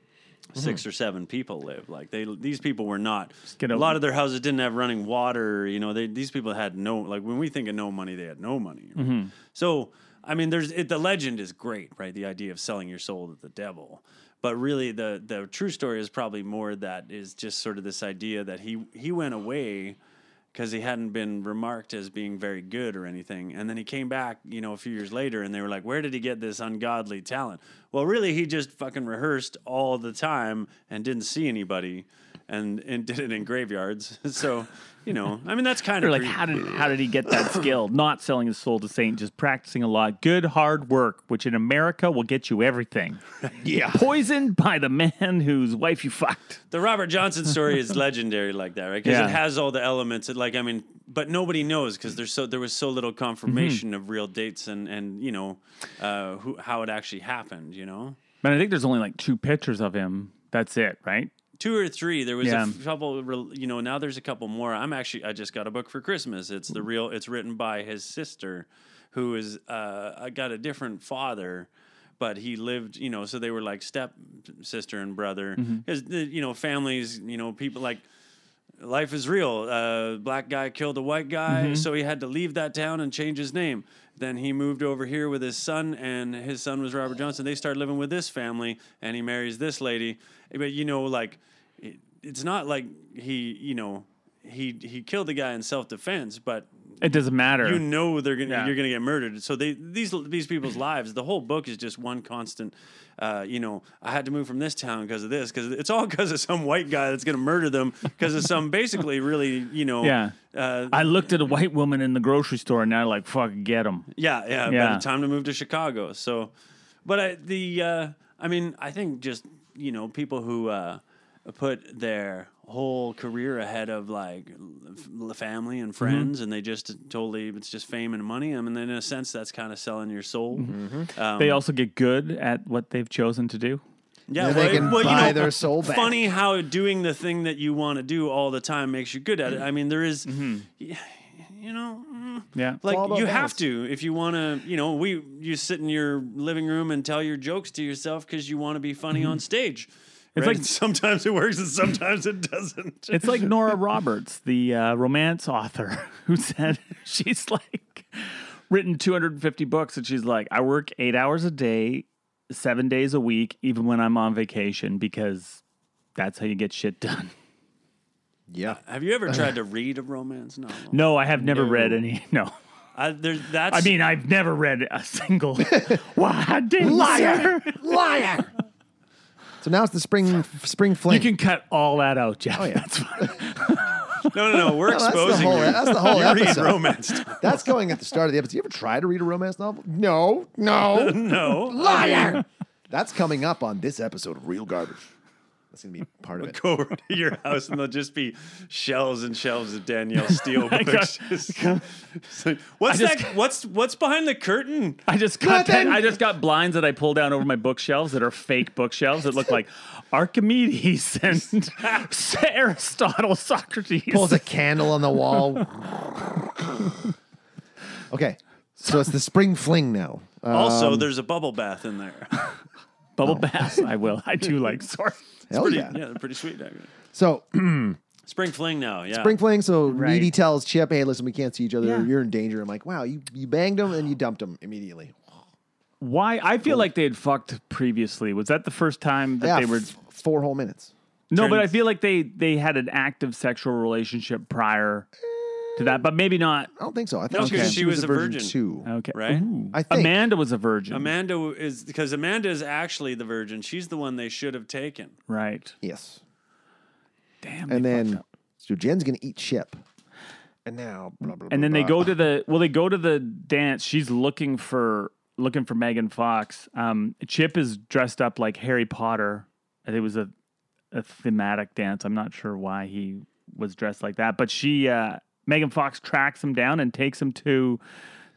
Speaker 2: six or seven people live. Like they, these people were not.
Speaker 1: get
Speaker 2: a
Speaker 1: out.
Speaker 2: lot of their houses didn't have running water. You know, they these people had no. Like when we think of no money, they had no money. right? So I mean, there's it, the legend is great, right? The idea of selling your soul to the devil. But really, the the true story is probably more that is just sort of this idea that he he went away because he hadn't been remarked as being very good or anything. And then he came back, you know, a few years later, and they were like, "Where did he get this ungodly talent?" Well, really, he just fucking rehearsed all the time and didn't see anybody, and and did it in graveyards. so, you know, I mean, that's kind
Speaker 1: They're
Speaker 2: of
Speaker 1: like, how did how did he get that skill? Not selling his soul to Satan, just practicing a lot. Good hard work, which in America will get you everything.
Speaker 3: Yeah.
Speaker 1: Poisoned by the man whose wife you fucked.
Speaker 2: the Robert Johnson story is legendary like that, right? Because
Speaker 1: Yeah.
Speaker 2: it has all the elements. It like I mean, but nobody knows because there's so there was so
Speaker 1: Mm-hmm.
Speaker 2: little confirmation of real dates and and you know uh, who, how it actually happened. You know,
Speaker 1: Man, I think there's only like two pictures of him. That's it, right?
Speaker 2: two or three. There was a
Speaker 1: Yeah.
Speaker 2: f- couple. of rel- You know, now there's a couple more. I'm actually I just got a book for Christmas. It's the real. It's written by his sister, who is uh, I got a different father. But he lived, you know, so they were like step sister and brother. Because, you know, families, you know, people like life is real. Uh, black guy killed a white guy, so he had to leave that town and change his name. Then he moved over here with his son, and his son was Robert Johnson. They started living with this family, and he marries this lady. But you know, like, it, it's not like he, you know, he he killed the guy in self defense, but
Speaker 1: It doesn't matter.
Speaker 2: you know they're gonna
Speaker 1: Yeah.
Speaker 2: you're gonna get murdered. So they these these people's lives. The whole book is just one constant. Uh, you know, I had to move from this town because of this. Because it's all because of some white guy that's gonna murder them. Because of some basically really you know.
Speaker 1: Yeah.
Speaker 2: Uh,
Speaker 1: I looked at a white woman in the grocery store, and I like fucking get him.
Speaker 2: yeah, yeah.
Speaker 1: Yeah.
Speaker 2: By the time to move to Chicago. So, but I, the uh, I mean I think just you know people who uh, put their whole career ahead of like l- f- family and friends and they just totally it's just fame and money i mean in a sense that's kind of selling your soul um,
Speaker 1: They also get good at what they've chosen to do.
Speaker 2: Yeah,
Speaker 4: Then they can buy their soul back.
Speaker 2: Funny how doing the thing that you want to do all the time makes you good at it. I mean, there is- y- you know, mm,
Speaker 1: Yeah.
Speaker 2: like
Speaker 4: all about
Speaker 2: you
Speaker 4: balance.
Speaker 2: have to if you want to. You know, we you sit in your living room and tell your jokes to yourself because you want to be funny on stage. It's
Speaker 1: like-
Speaker 2: like sometimes it works and sometimes it doesn't.
Speaker 1: It's like Nora Roberts, the uh, romance author, who said she's like written 250 books and she's like, I work eight hours a day, seven days a week, even when I'm on vacation, because that's how you get shit done.
Speaker 4: Yeah.
Speaker 2: have you ever tried to read a romance novel?
Speaker 1: No, I have never read any. No.
Speaker 2: I, there, that's
Speaker 1: I mean, I've never read a single. Why didn't
Speaker 4: Liar!
Speaker 1: sir?
Speaker 4: Liar! So now it's the spring spring
Speaker 1: You
Speaker 4: fling.
Speaker 1: can cut all that out, Jeff.
Speaker 4: Oh, yeah.
Speaker 1: That's fine.
Speaker 2: no, no, no. We're
Speaker 4: that's the
Speaker 2: exposing
Speaker 4: whole.
Speaker 2: you.
Speaker 4: That's the whole
Speaker 2: you read
Speaker 4: episode.
Speaker 2: romance.
Speaker 4: That's going at the start of the episode. You ever try to read a romance novel? No,
Speaker 3: Oh.
Speaker 4: no,
Speaker 2: No,
Speaker 4: liar. That's coming up on this episode of Real Garbage. That's gonna be part of it.
Speaker 2: go over to your house and there'll just be shelves and shelves of Danielle Steele
Speaker 1: got-
Speaker 2: books. Just- it's like, what's
Speaker 1: I just-
Speaker 2: that? What's what's behind the curtain?
Speaker 1: I just got pen-
Speaker 4: Nothing.
Speaker 1: I just got blinds that I pull down over my bookshelves that are fake bookshelves that look like Archimedes and Aristotle, Socrates.
Speaker 4: Pulls a candle on the wall. okay, so it's the spring fling now. Uh,
Speaker 2: Also, there's a bubble bath in there.
Speaker 1: Bubble baths. I will. I do like sorry.
Speaker 4: hell
Speaker 2: pretty,
Speaker 4: yeah.
Speaker 2: pretty sweet. Actually.
Speaker 4: So
Speaker 2: Spring fling now. Yeah.
Speaker 4: spring fling. So
Speaker 1: Right.
Speaker 4: Needy tells Chip, "Hey, listen, we can't see each other.
Speaker 1: Yeah.
Speaker 4: You're in danger." I'm like, "Wow, you, you banged him and you dumped him immediately."
Speaker 1: Why? I feel like they had fucked previously. Was that the first time that
Speaker 4: Yeah,
Speaker 1: they were?
Speaker 4: f- four whole minutes.
Speaker 1: no, but I
Speaker 2: turns-
Speaker 1: feel like they they had an active sexual relationship prior to to that, but maybe not.
Speaker 3: I don't think so. I think
Speaker 2: No, 'cause
Speaker 3: she, was a virgin, too.
Speaker 1: Okay.
Speaker 2: Right?
Speaker 3: I think.
Speaker 1: Amanda was a virgin.
Speaker 2: Amanda is because Amanda is actually the virgin. She's the one they should have taken.
Speaker 1: Right.
Speaker 3: Yes.
Speaker 1: Damn.
Speaker 3: And
Speaker 1: they fucked
Speaker 3: then
Speaker 1: up.
Speaker 3: so Jen's gonna eat ship. And now blah blah.
Speaker 1: and then they
Speaker 3: blah,
Speaker 1: go to the well, they go to the dance. She's looking for looking for Megan Fox. Um, Chip is dressed up like Harry Potter. And It was a a thematic dance. I'm not sure why he was dressed like that, but she uh, Megan Fox tracks him down and takes him to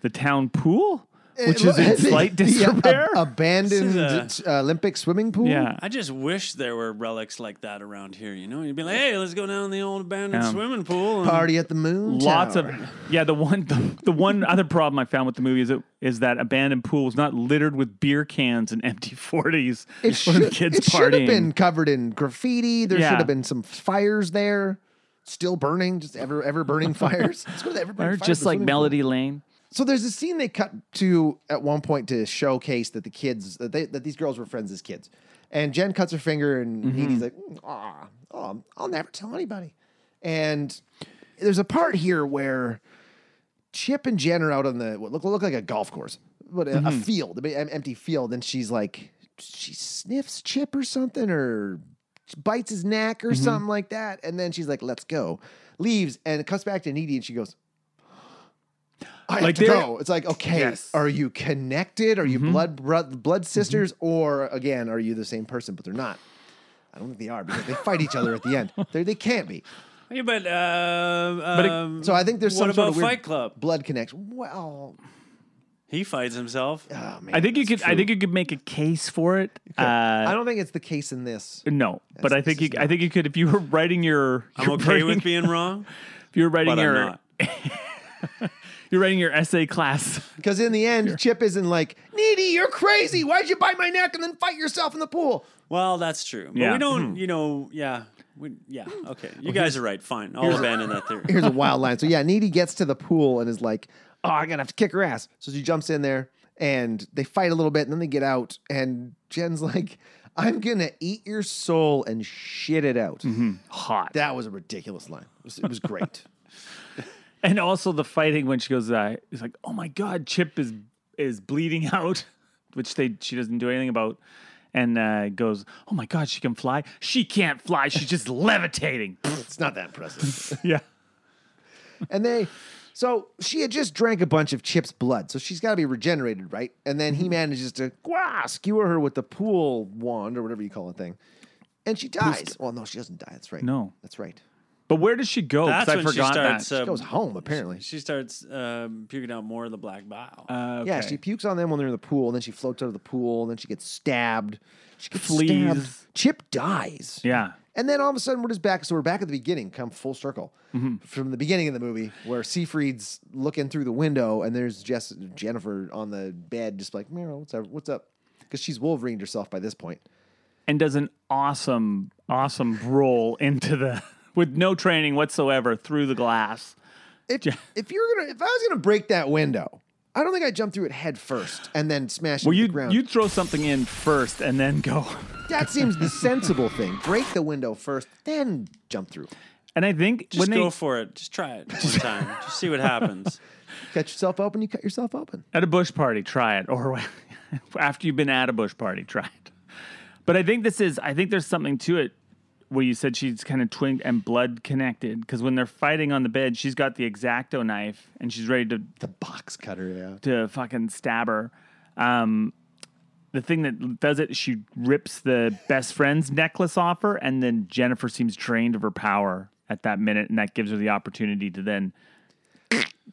Speaker 1: the town pool,
Speaker 3: blah.
Speaker 1: which is in
Speaker 3: Yeah,
Speaker 1: slight
Speaker 3: ab-
Speaker 1: disrepair.
Speaker 3: abandoned
Speaker 2: This
Speaker 3: uh, Olympic swimming pool.
Speaker 1: yeah.
Speaker 2: I just wish there were relics like that around here. You know, you'd be like, hey, let's go down the old abandoned
Speaker 1: Um,
Speaker 2: swimming pool. and-
Speaker 3: Party at the moon.
Speaker 1: Lots of
Speaker 3: Tower.
Speaker 1: yeah. The one the, the one other problem I found with the movie is it, is that abandoned pool was not littered with beer cans and empty forties for
Speaker 3: It should,
Speaker 1: the kids
Speaker 3: it should
Speaker 1: partying.
Speaker 3: have been covered in graffiti. There
Speaker 1: Yeah.
Speaker 3: should have been some fires there, still burning, just ever ever burning fires. Let's go to the ever
Speaker 1: or
Speaker 3: burning fires,
Speaker 1: just
Speaker 3: the
Speaker 1: like
Speaker 3: swimming pool.
Speaker 1: Melody Lane.
Speaker 3: So there's a scene they cut to at one point to showcase that the kids that they that these girls were friends as kids, and Jen cuts her finger and Needy's like, ah, oh, I'll never tell anybody. And there's a part here where Chip and Jen are out on the what look, look like a golf course, but a, a
Speaker 2: Mm-hmm.
Speaker 3: field, a big em- empty field, and she's like, she sniffs Chip or something, or bites his neck or
Speaker 2: Mm-hmm.
Speaker 3: something like that, and then she's like, let's go, leaves, and it cuts back to Needy, and she goes. I
Speaker 1: Like
Speaker 3: like have to
Speaker 1: they're-
Speaker 3: go. It's like, okay,
Speaker 1: Yes.
Speaker 3: are you connected? Are you
Speaker 2: Mm-hmm.
Speaker 3: blood bro- blood sisters, or again, are you the same person? But they're not. I don't think they are because they fight each other at the end. They they can't be.
Speaker 2: Yeah, but, uh,
Speaker 1: it-
Speaker 2: um,
Speaker 3: So I think there's some
Speaker 2: what
Speaker 3: sort
Speaker 2: about
Speaker 3: of weird
Speaker 2: Fight Club?
Speaker 3: blood connection. Well,
Speaker 2: He fights himself.
Speaker 3: oh, man,
Speaker 1: I think you
Speaker 3: that's
Speaker 1: could. I
Speaker 3: true.
Speaker 1: think you could make a case for it.
Speaker 3: I
Speaker 1: Uh,
Speaker 3: don't think it's the case in this.
Speaker 1: no, but I
Speaker 3: this
Speaker 1: think you.
Speaker 3: is
Speaker 1: I think you could if you were writing your.
Speaker 2: I'm
Speaker 1: your
Speaker 2: okay
Speaker 1: writing-
Speaker 2: with being wrong,
Speaker 1: If you were writing
Speaker 2: but I'm
Speaker 1: your.
Speaker 2: not.
Speaker 1: You're writing your essay class.
Speaker 3: Because in the end, Chip isn't like, Needy, you're crazy. Why'd you bite my neck and then fight yourself in the pool?
Speaker 2: Well, that's true. But
Speaker 1: Yeah.
Speaker 2: we don't, you know, yeah. We, yeah, okay. You guys are right. Fine. I'll abandon that theory.
Speaker 3: Here's a wild line. So yeah, Needy gets to the pool and is like, oh, I'm gonna have to kick her ass. So she jumps in there and they fight a little bit and then they get out. And Jen's like, I'm gonna eat your soul and shit it out.
Speaker 1: Hot.
Speaker 3: That was a ridiculous line. It was, it was great.
Speaker 1: And also the fighting when she goes, uh, it's like, oh my god, Chip is is bleeding out, which they she doesn't do anything about, and uh, goes, oh my god, she can fly. She can't fly. She's just levitating.
Speaker 3: it's not that impressive.
Speaker 1: yeah.
Speaker 3: and they so she had just drank a bunch of Chip's blood, so she's got to be regenerated, right? And then
Speaker 1: Mm-hmm.
Speaker 3: he manages to "Gwah," skewer her with the pool wand or whatever you call it thing, and she dies. Well, no, she doesn't die. That's right.
Speaker 1: No.
Speaker 3: that's right.
Speaker 1: But where does she go? 'Cause
Speaker 2: That's
Speaker 1: I
Speaker 2: when she
Speaker 1: forgot
Speaker 2: starts.
Speaker 1: that.
Speaker 2: uh,
Speaker 3: Goes home apparently.
Speaker 2: she starts um, puking out more of the black bile.
Speaker 1: Uh,
Speaker 3: Yeah,
Speaker 1: okay.
Speaker 3: she pukes on them when they're in the pool, and then she floats out of the pool, and then she gets stabbed. She gets
Speaker 1: Fleas.
Speaker 3: stabbed. Chip dies.
Speaker 1: Yeah.
Speaker 3: And then all of a sudden, we're just back. So we're back at the beginning, come full circle from the beginning of the movie, where Siegfried's looking through the window, and there's Jess, Jennifer on the bed, just like Meryl, what's up? What's up? Because she's Wolverined herself by this point.
Speaker 1: and does an awesome, awesome roll into the with no training whatsoever through the glass.
Speaker 3: If, if you're gonna, if I was gonna break that window, I don't think I'd jump through it head first and then smash it
Speaker 1: Well,
Speaker 3: to
Speaker 1: you
Speaker 3: the ground.
Speaker 1: you throw something in first and then go.
Speaker 3: That seems the sensible thing. Break the window first, then jump through.
Speaker 1: And I think
Speaker 2: Just
Speaker 1: when
Speaker 2: go
Speaker 1: they
Speaker 2: for it. Just try it one time. Just see what happens.
Speaker 3: Cut yourself open, you cut yourself open.
Speaker 1: at a bush party, try it, or after you've been at a bush party, try it. But I think this is. I think there's something to it where you said she's kind of twinned and blood connected because when they're fighting on the bed, she's got the exacto knife and she's ready to
Speaker 3: The box cutter, yeah.
Speaker 1: to fucking stab her. Um, the thing that does it, she rips the best friend's necklace off her, and then Jennifer seems drained of her power at that minute, and that gives her the opportunity to then.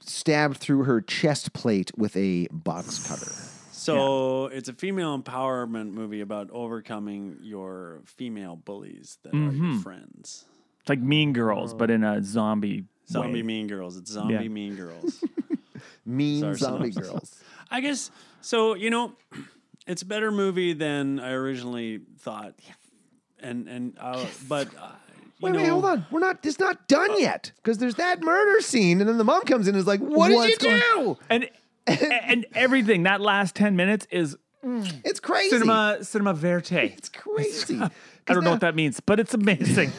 Speaker 3: Stabbed through her chest plate with a box cutter.
Speaker 2: So it's a female empowerment movie about overcoming your female bullies that
Speaker 3: Mm-hmm.
Speaker 2: are your friends.
Speaker 1: It's like Mean
Speaker 3: Oh.
Speaker 1: Girls, but in a zombie.
Speaker 2: Zombie
Speaker 1: way.
Speaker 2: Mean Girls. It's Zombie
Speaker 1: Yeah.
Speaker 2: Mean Girls.
Speaker 3: Mean
Speaker 2: Sorry,
Speaker 3: zombie
Speaker 2: synopsis.
Speaker 3: girls.
Speaker 2: I guess so. You know, it's a better movie than I originally thought. And and uh, but uh, you
Speaker 3: Wait,
Speaker 2: know,
Speaker 3: wait, hold on. We're not. It's not
Speaker 1: Oh.
Speaker 3: done yet because there's that murder scene, and then the mom comes in and is like, "What
Speaker 1: What's
Speaker 3: did you
Speaker 1: going-
Speaker 3: do?
Speaker 1: and and everything that last ten minutes is
Speaker 3: It's crazy.
Speaker 1: cinema cinema verte.
Speaker 3: It's crazy."
Speaker 1: I don't know what that means, but it's amazing.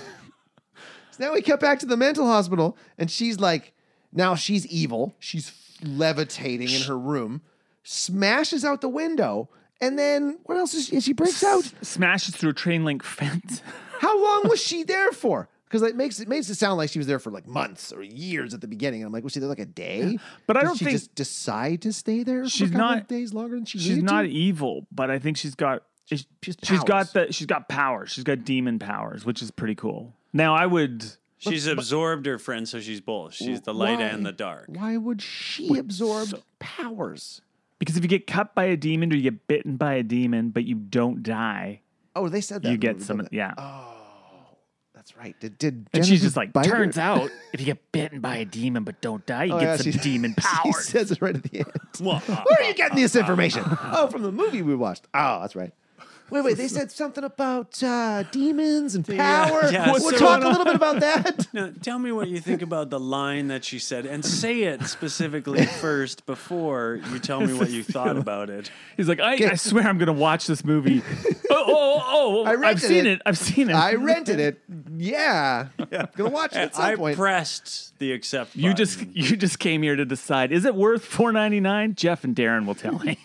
Speaker 3: Now we cut back to the mental hospital, and she's like, Now she's evil. She's levitating in her room, smashes out the window, and then what else is she, she breaks out?
Speaker 1: Smashes through a train link fence.
Speaker 3: How long was she there for? Because it makes it makes it sound like she was there for like months or years at the beginning. And I'm like, was she there like a day?
Speaker 1: But I
Speaker 3: Did
Speaker 1: don't
Speaker 3: she
Speaker 1: think-
Speaker 3: just decide to stay there.
Speaker 1: She's
Speaker 3: for a couple
Speaker 1: not-
Speaker 3: of days longer than she
Speaker 1: She's
Speaker 3: needed
Speaker 1: not
Speaker 3: To?
Speaker 1: evil, but I think she's got she's,
Speaker 3: She has
Speaker 1: she's got
Speaker 3: powers.
Speaker 1: the she's got power. She's got demon powers, which is pretty cool. Now I would
Speaker 2: She's absorbed her friend, so she's both. She's the light
Speaker 3: Why?
Speaker 2: and the dark.
Speaker 3: Why would she absorb powers?
Speaker 1: because if you get cut by a demon or you get bitten by a demon, but you don't die,
Speaker 3: Oh, they said that. Oh.
Speaker 1: you
Speaker 3: in the
Speaker 1: get
Speaker 3: movie,
Speaker 1: some
Speaker 3: don't they?
Speaker 1: yeah.
Speaker 3: That's right. Did did
Speaker 1: and
Speaker 3: Jenna
Speaker 1: she's just like,
Speaker 3: bite her?
Speaker 1: turns out if you get bitten by a demon but don't die, you
Speaker 3: Oh,
Speaker 1: get
Speaker 3: yeah,
Speaker 1: some
Speaker 3: she-
Speaker 1: demon
Speaker 3: She
Speaker 1: powers.
Speaker 3: says it right at the end.
Speaker 2: Well, uh,
Speaker 3: Where are you getting this information? oh, from the movie we watched. Oh, that's right. Wait, wait. They said something about uh, demons and power.
Speaker 2: yeah,
Speaker 3: we'll
Speaker 2: so-
Speaker 3: talk a little bit about that.
Speaker 2: Now, tell me what you think about the line that she said, and say it specifically first before you tell me what you thought about it.
Speaker 1: He's like, I, I swear I'm gonna watch this movie. oh, oh, oh, oh,
Speaker 3: I
Speaker 1: I've
Speaker 3: rented
Speaker 1: seen it.
Speaker 3: it.
Speaker 1: I've seen it.
Speaker 3: I rented it. Yeah, gonna watch it at some
Speaker 2: I
Speaker 3: point.
Speaker 2: pressed the accept.
Speaker 1: you
Speaker 2: button.
Speaker 1: just you just came here to decide is it worth 4.99? Jeff and Darren will tell me.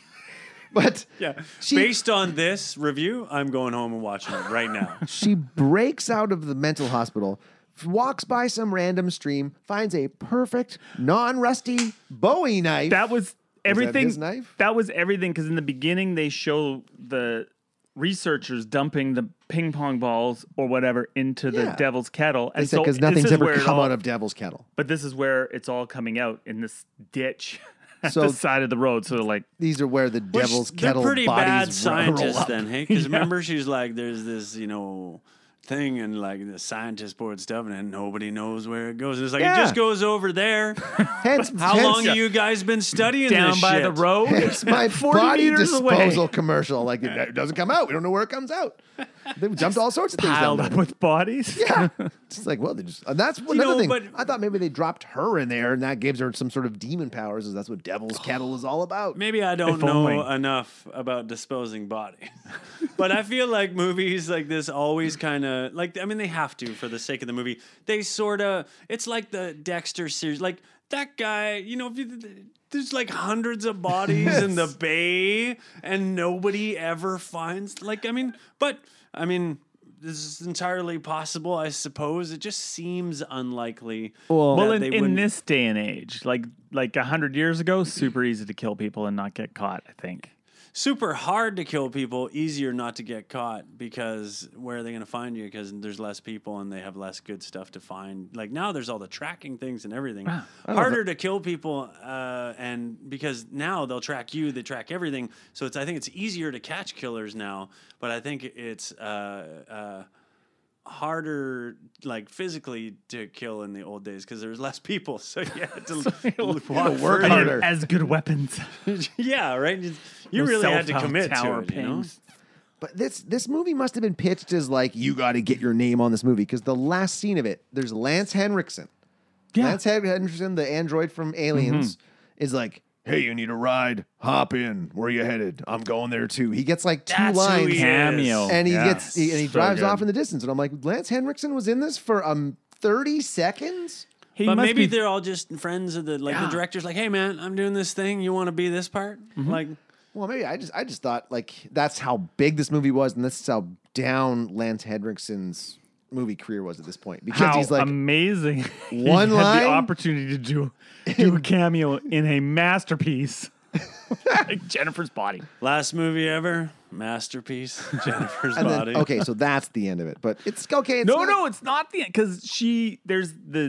Speaker 3: but
Speaker 2: yeah.
Speaker 3: She-
Speaker 2: Based on this review, I'm going home and watching it right now.
Speaker 3: she breaks out of the mental hospital, walks by some random stream, finds a perfect non-rusty Bowie knife.
Speaker 1: that was everything.
Speaker 3: his knife?
Speaker 1: that was everything because in the beginning they show the researchers dumping the ping pong balls or whatever into the
Speaker 3: Yeah.
Speaker 1: devil's kettle. And
Speaker 3: they said
Speaker 1: so
Speaker 3: because
Speaker 1: this
Speaker 3: nothing's
Speaker 1: is
Speaker 3: ever
Speaker 1: where it
Speaker 3: come
Speaker 1: all-
Speaker 3: out of Devil's Kettle.
Speaker 1: But this is where it's all coming out in this ditch at
Speaker 3: So-
Speaker 1: the side of the road. So like,
Speaker 3: These are where the
Speaker 2: Which
Speaker 3: Devil's
Speaker 2: they're
Speaker 3: Kettle
Speaker 2: pretty
Speaker 3: bodies
Speaker 2: bad
Speaker 3: ro-
Speaker 2: scientists
Speaker 3: roll up.
Speaker 2: then, hey? Because remember, she's like, there's this, you know. Thing and like the scientists poured stuff in it and nobody knows where it goes. It's like
Speaker 3: Yeah.
Speaker 2: it just goes over there.
Speaker 3: Hence,
Speaker 2: How
Speaker 3: hence,
Speaker 2: long have you guys been studying
Speaker 1: down
Speaker 2: this
Speaker 1: by
Speaker 2: shit?
Speaker 1: the road.
Speaker 3: It's my
Speaker 1: 40
Speaker 3: body
Speaker 1: meters away.
Speaker 3: disposal commercial. Like it doesn't come out. We don't know where it comes out. They jumped all sorts of things down
Speaker 1: piled
Speaker 3: there.
Speaker 1: up with bodies.
Speaker 3: Yeah, it's like well, they just and that's another
Speaker 2: know,
Speaker 3: thing.
Speaker 2: but-
Speaker 3: I thought maybe they dropped her in there, and that gives her some sort of demon powers. Is that's what Devil's Kettle is all about?
Speaker 2: Maybe I don't
Speaker 1: If
Speaker 2: know
Speaker 1: only.
Speaker 2: enough about disposing bodies, but I feel like movies like this always kind of like I mean they have to for the sake of the movie. They sort of it's like the Dexter series, like that guy. You know, if you, there's like hundreds of bodies in the bay, and nobody ever finds. Like I mean, but I mean. This is entirely possible, I suppose. It just seems unlikely.
Speaker 1: Well,
Speaker 2: that
Speaker 1: in,
Speaker 2: they
Speaker 1: in
Speaker 2: wouldn't-
Speaker 1: this day and age, like like a hundred years ago, super easy to kill people and not get caught. I think.
Speaker 2: super hard to kill people, easier not to get caught because where are they going to find you? Because there's less people and they have less good stuff to find. Like now, there's all the tracking things and everything. Harder to kill people, uh, and because now they'll track you, they track everything. So it's I think it's easier to catch killers now, but I think it's. Uh, uh, harder like physically to kill in the old days because there's less people so yeah to, walk
Speaker 3: work
Speaker 2: further.
Speaker 3: harder.
Speaker 1: As good weapons.
Speaker 2: yeah right you, you
Speaker 1: Those
Speaker 2: really
Speaker 1: cell
Speaker 2: had to
Speaker 1: phone
Speaker 2: commit to
Speaker 1: tower
Speaker 2: it you know?
Speaker 1: pings.
Speaker 3: But this this movie must have been pitched as like you got to get your name on this movie because the last scene of it, there's Lance Henriksen. Lance Henriksen, the android from Aliens, is like, "Hey, you need a ride? Hop in. Where you headed? I'm going there too." He gets like two
Speaker 2: That's who
Speaker 3: lines.
Speaker 2: he is.
Speaker 1: Cameo.
Speaker 3: and he
Speaker 1: Yeah.
Speaker 3: gets he, and he
Speaker 1: So
Speaker 3: drives
Speaker 1: good.
Speaker 3: off in the distance and i'm like lance henriksen was in this for um 30 seconds
Speaker 1: He
Speaker 2: But
Speaker 1: must
Speaker 2: maybe
Speaker 1: be-
Speaker 2: they're all just friends of the like the director's like, hey man, I'm doing this thing. You want to be this part?
Speaker 3: Mm-hmm.
Speaker 2: Like,
Speaker 3: well maybe i just i just thought like that's how big this movie was and this is how down lance henriksen's movie career was at this point because
Speaker 1: How
Speaker 3: he's like
Speaker 1: amazing! he
Speaker 3: one
Speaker 1: had
Speaker 3: line-
Speaker 1: the opportunity to do do a cameo in a masterpiece like Jennifer's Body.
Speaker 2: last movie ever, masterpiece, Jennifer's
Speaker 3: and
Speaker 2: body.
Speaker 3: then, okay so that's the end of it but it's okay it's
Speaker 1: No,
Speaker 3: not-
Speaker 1: no, it's not the end because she there's the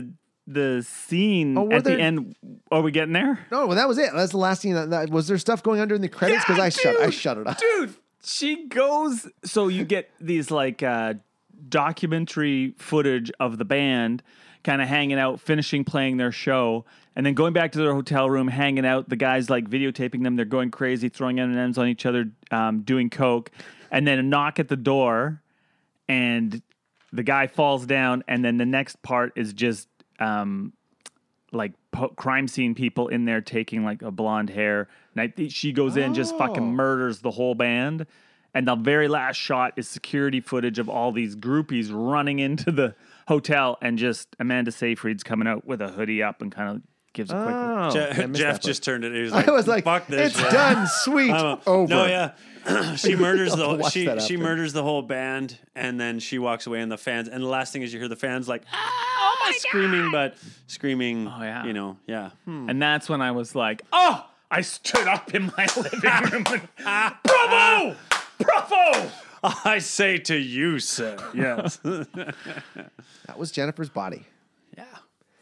Speaker 1: the scene
Speaker 3: Oh, were
Speaker 1: at the
Speaker 3: there-
Speaker 1: end. Are we getting there?
Speaker 3: no well that was it that's the last scene that, that- was there stuff going under in the credits because
Speaker 1: Yeah,
Speaker 3: i shut i
Speaker 1: dude,
Speaker 3: shut it up
Speaker 1: dude she goes so you get these like uh documentary footage of the band kind of hanging out finishing playing their show and then going back to their hotel room hanging out the guys like videotaping them they're going crazy throwing m&ms on each other um, doing coke and then a knock at the door and the guy falls down and then the next part is just um like po- crime scene people in there taking like a blonde hair and I think she goes in and just fucking
Speaker 2: Oh.
Speaker 1: murders the whole band and the very last shot is security footage of all these groupies running into the hotel and just Amanda Seyfried's coming out with a hoodie up and kind of gives a quick.
Speaker 3: Oh,
Speaker 2: Je-
Speaker 3: I missed
Speaker 2: Jeff
Speaker 3: that part.
Speaker 2: just turned it. He was like,
Speaker 3: I was like,
Speaker 2: "Fuck this!"
Speaker 3: it's
Speaker 2: shit."
Speaker 3: done, sweet,
Speaker 2: I'm a-
Speaker 3: over.
Speaker 2: No, yeah. she murders
Speaker 3: I'll
Speaker 2: the
Speaker 3: watch
Speaker 2: she
Speaker 3: that
Speaker 2: she
Speaker 3: after.
Speaker 2: murders the whole band, and then she walks away, and the fans. And the last thing is you hear the fans like, "Ah!" screaming, but screaming.
Speaker 1: Oh, yeah.
Speaker 2: You know, yeah.
Speaker 3: Hmm.
Speaker 1: And that's when I was like, oh, I stood up in my living room. And, Bravo! Bravo!
Speaker 2: I say to you, sir. Yes.
Speaker 3: That was Jennifer's body.
Speaker 2: yeah.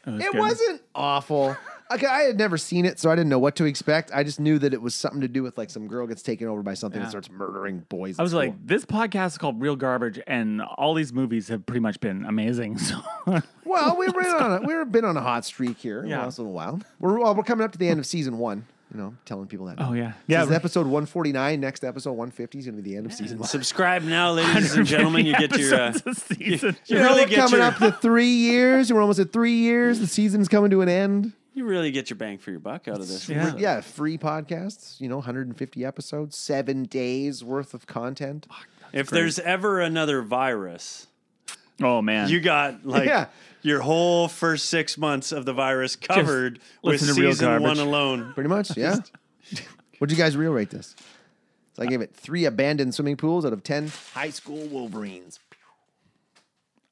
Speaker 3: It wasn't awful. Like, I had never seen it, so I didn't know what to expect. I just knew that it was something to do with like some girl gets taken over by something and starts murdering boys.
Speaker 1: I was like, this podcast is called Real Garbage, and all these movies have pretty much been amazing. So
Speaker 3: well, we were in on a, we were been on a hot streak here. Yeah,
Speaker 1: Yeah.
Speaker 3: once in a while. We're well, we're coming up to the end of season one. You know, telling people that.
Speaker 1: Oh, yeah.
Speaker 3: yeah.
Speaker 1: Yeah,
Speaker 3: This is
Speaker 1: we're-
Speaker 3: episode one forty nine. Next episode one fifty is going to be the end of season one.
Speaker 2: Subscribe now, ladies and gentlemen. You get your. Uh,
Speaker 1: Episodes this season.
Speaker 2: you
Speaker 3: You know,
Speaker 2: really
Speaker 3: we're
Speaker 2: get
Speaker 3: coming
Speaker 2: your.
Speaker 3: up to three years. We're almost at three years. The season's coming to an end.
Speaker 2: You really get your bang for your buck out of this.
Speaker 1: Yeah.
Speaker 3: Yeah, free podcasts. You know, one hundred and fifty episodes, seven days worth of content.
Speaker 2: If there's ever another virus,
Speaker 1: oh man,
Speaker 2: you got like
Speaker 3: Yeah.
Speaker 2: your whole first six months of the virus covered with
Speaker 1: listen to real
Speaker 2: season one
Speaker 1: garbage.
Speaker 2: alone.
Speaker 3: Pretty much, yeah. What'd you guys real rate this? So I gave it three abandoned swimming pools out of ten high school Wolverines.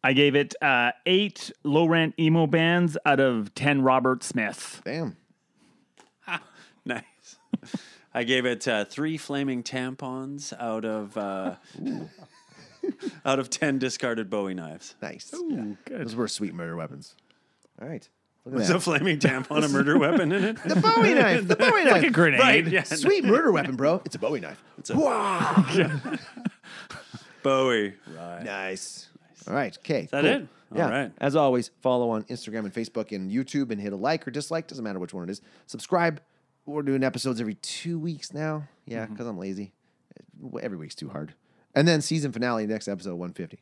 Speaker 1: I gave it uh, eight low rent emo bands out of ten Robert Smiths.
Speaker 3: Damn.
Speaker 2: Nice. I gave it uh, three flaming tampons out of uh, out of ten discarded Bowie knives.
Speaker 3: Nice.
Speaker 1: good.
Speaker 3: Those were sweet murder weapons. All right. Look at
Speaker 2: Is a
Speaker 3: that.
Speaker 2: flaming tampon a murder weapon in it?
Speaker 3: The Bowie knife. The Bowie knife.
Speaker 1: A grenade.
Speaker 2: Right. Yeah.
Speaker 3: Sweet murder weapon, bro. It's a Bowie knife.
Speaker 2: Bowie. Right.
Speaker 3: Nice. All right. Okay. Is
Speaker 2: that it? All
Speaker 3: yeah.
Speaker 2: right.
Speaker 3: As always, follow on Instagram and Facebook and YouTube and hit a like or dislike. Doesn't matter which one it is. Subscribe. We're doing episodes every two weeks now. Yeah,
Speaker 2: Mm-hmm.
Speaker 3: because I'm lazy. Every week's too hard. And then season finale, next episode 150.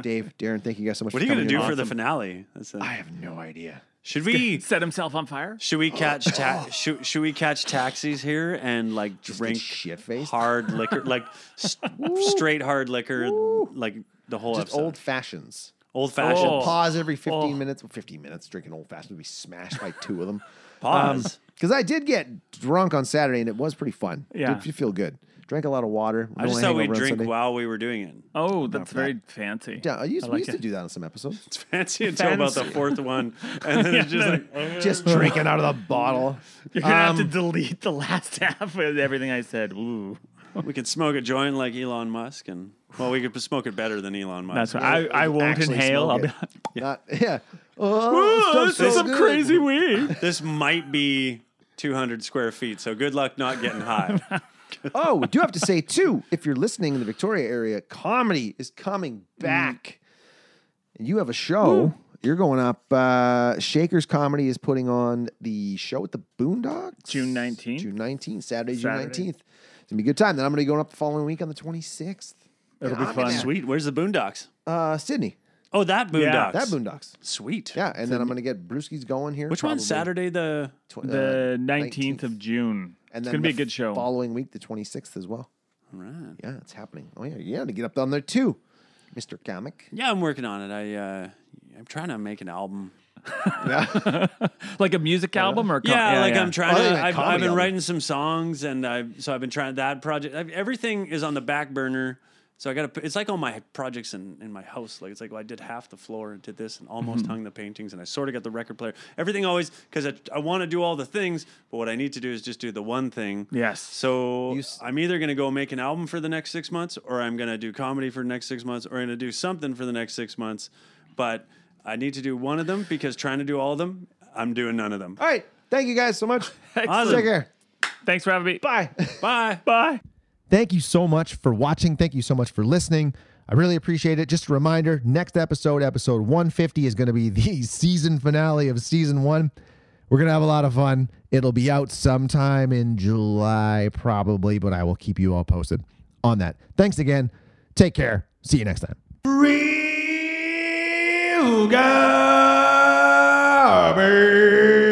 Speaker 3: Dave, Darren, thank you guys so much
Speaker 2: What
Speaker 3: for
Speaker 2: are you gonna
Speaker 3: coming
Speaker 2: do
Speaker 3: in.
Speaker 2: for the finale? That's it.
Speaker 3: I have no idea.
Speaker 2: should we
Speaker 1: Set himself on fire.
Speaker 2: should we catch ta- should, should we catch taxis here and like drink
Speaker 3: shit-faced?
Speaker 2: hard liquor like s- straight hard liquor like the whole
Speaker 3: Just
Speaker 2: episode
Speaker 3: old fashions.
Speaker 2: old fashioned
Speaker 1: Oh.
Speaker 3: Pause every 15
Speaker 1: Oh.
Speaker 3: minutes. 15 minutes drinking old fashions. We smashed by two of them.
Speaker 2: pause.
Speaker 3: Because I did get drunk on Saturday and it was pretty fun.
Speaker 1: Yeah.
Speaker 3: Did feel good. Drank a lot of water.
Speaker 2: I just thought we'd drink
Speaker 3: Sunday.
Speaker 2: while we were doing it.
Speaker 1: Oh, that's very fancy.
Speaker 3: Yeah, I used, we
Speaker 1: like
Speaker 3: used to
Speaker 1: it.
Speaker 3: do that on some episodes.
Speaker 2: It's fancy until about the fourth one, and then it's just like
Speaker 3: Just drinking out of the bottle.
Speaker 1: You're gonna have to
Speaker 3: Um,
Speaker 1: delete the last half of everything I said. Ooh,
Speaker 2: we could smoke a joint like Elon Musk, and well, we could smoke it better than Elon
Speaker 1: that's
Speaker 2: Musk.
Speaker 1: right. I, I won't
Speaker 3: Actually
Speaker 1: inhale. I'll
Speaker 3: smoke
Speaker 1: be.
Speaker 3: it. Not, yeah. Oh,
Speaker 1: this is some crazy weed.
Speaker 2: This might be 200 square feet, so good luck not getting high.
Speaker 3: Oh, we do have to say too, if you're listening in the Victoria area, comedy is coming back. And you have a show. You're going up. Uh, Shakers Comedy is putting on the show at the Boondocks.
Speaker 1: June 19th.
Speaker 3: June 19th. Saturday,
Speaker 1: Saturday.
Speaker 3: June 19th. It's going to be a good time. Then I'm going to be going up the following week on the 26th.
Speaker 1: It'll
Speaker 3: And
Speaker 1: be
Speaker 3: I'm
Speaker 1: fun.
Speaker 3: in
Speaker 2: Sweet. Where's the Boondocks?
Speaker 3: Uh, Sydney.
Speaker 2: Oh, that Boondocks.
Speaker 1: Yeah,
Speaker 3: That Boondocks.
Speaker 2: Sweet.
Speaker 3: Yeah. And then I'm going to get Brewski's going here.
Speaker 2: Which
Speaker 3: probably
Speaker 2: one's Saturday? The
Speaker 3: tw- uh,
Speaker 1: The nineteenth of June.
Speaker 3: And
Speaker 1: it's
Speaker 3: then
Speaker 1: gonna be a
Speaker 3: the
Speaker 1: good show.
Speaker 3: Following week, the 26th as well.
Speaker 2: right.
Speaker 3: Yeah, it's happening. Oh, yeah. Yeah, to get up down there too, Mr. Comic.
Speaker 2: Yeah, I'm working on it. I uh, I'm trying to make an album.
Speaker 1: like a music album or a co-
Speaker 2: yeah, like I'm trying
Speaker 3: Oh,
Speaker 2: to.
Speaker 3: I think that
Speaker 2: I've,
Speaker 3: comedy
Speaker 2: I've been
Speaker 3: album.
Speaker 2: writing some songs, and I've so I've been trying that project. I've, everything is on the back burner, so I got to. It's like all my projects in, in my house. Like it's like well, I did half the floor and did this, and almost hung the paintings, and I sort of got the record player. Everything always because I, I want to do all the things, but what I need to do is just do the one thing.
Speaker 1: Yes.
Speaker 2: So
Speaker 3: You s-
Speaker 2: I'm either gonna go make an album for the next six months, or I'm gonna do comedy for the next six months, or I'm gonna do something for the next six months, but. I need to do one of them because trying to do all of them, I'm doing none of them.
Speaker 3: All right. Thank you guys so much.
Speaker 2: Awesome.
Speaker 3: Take care.
Speaker 1: Thanks for having me.
Speaker 3: Bye.
Speaker 2: Bye.
Speaker 1: Bye.
Speaker 4: Thank you so much for watching. Thank you so much for listening. I really appreciate it. Just a reminder next episode, episode 150, is going to be the season finale of season one. We're going to have a lot of fun. It'll be out sometime in July, probably, but I will keep you all posted on that. Thanks again. Take care. See you next time.
Speaker 3: Real garbage.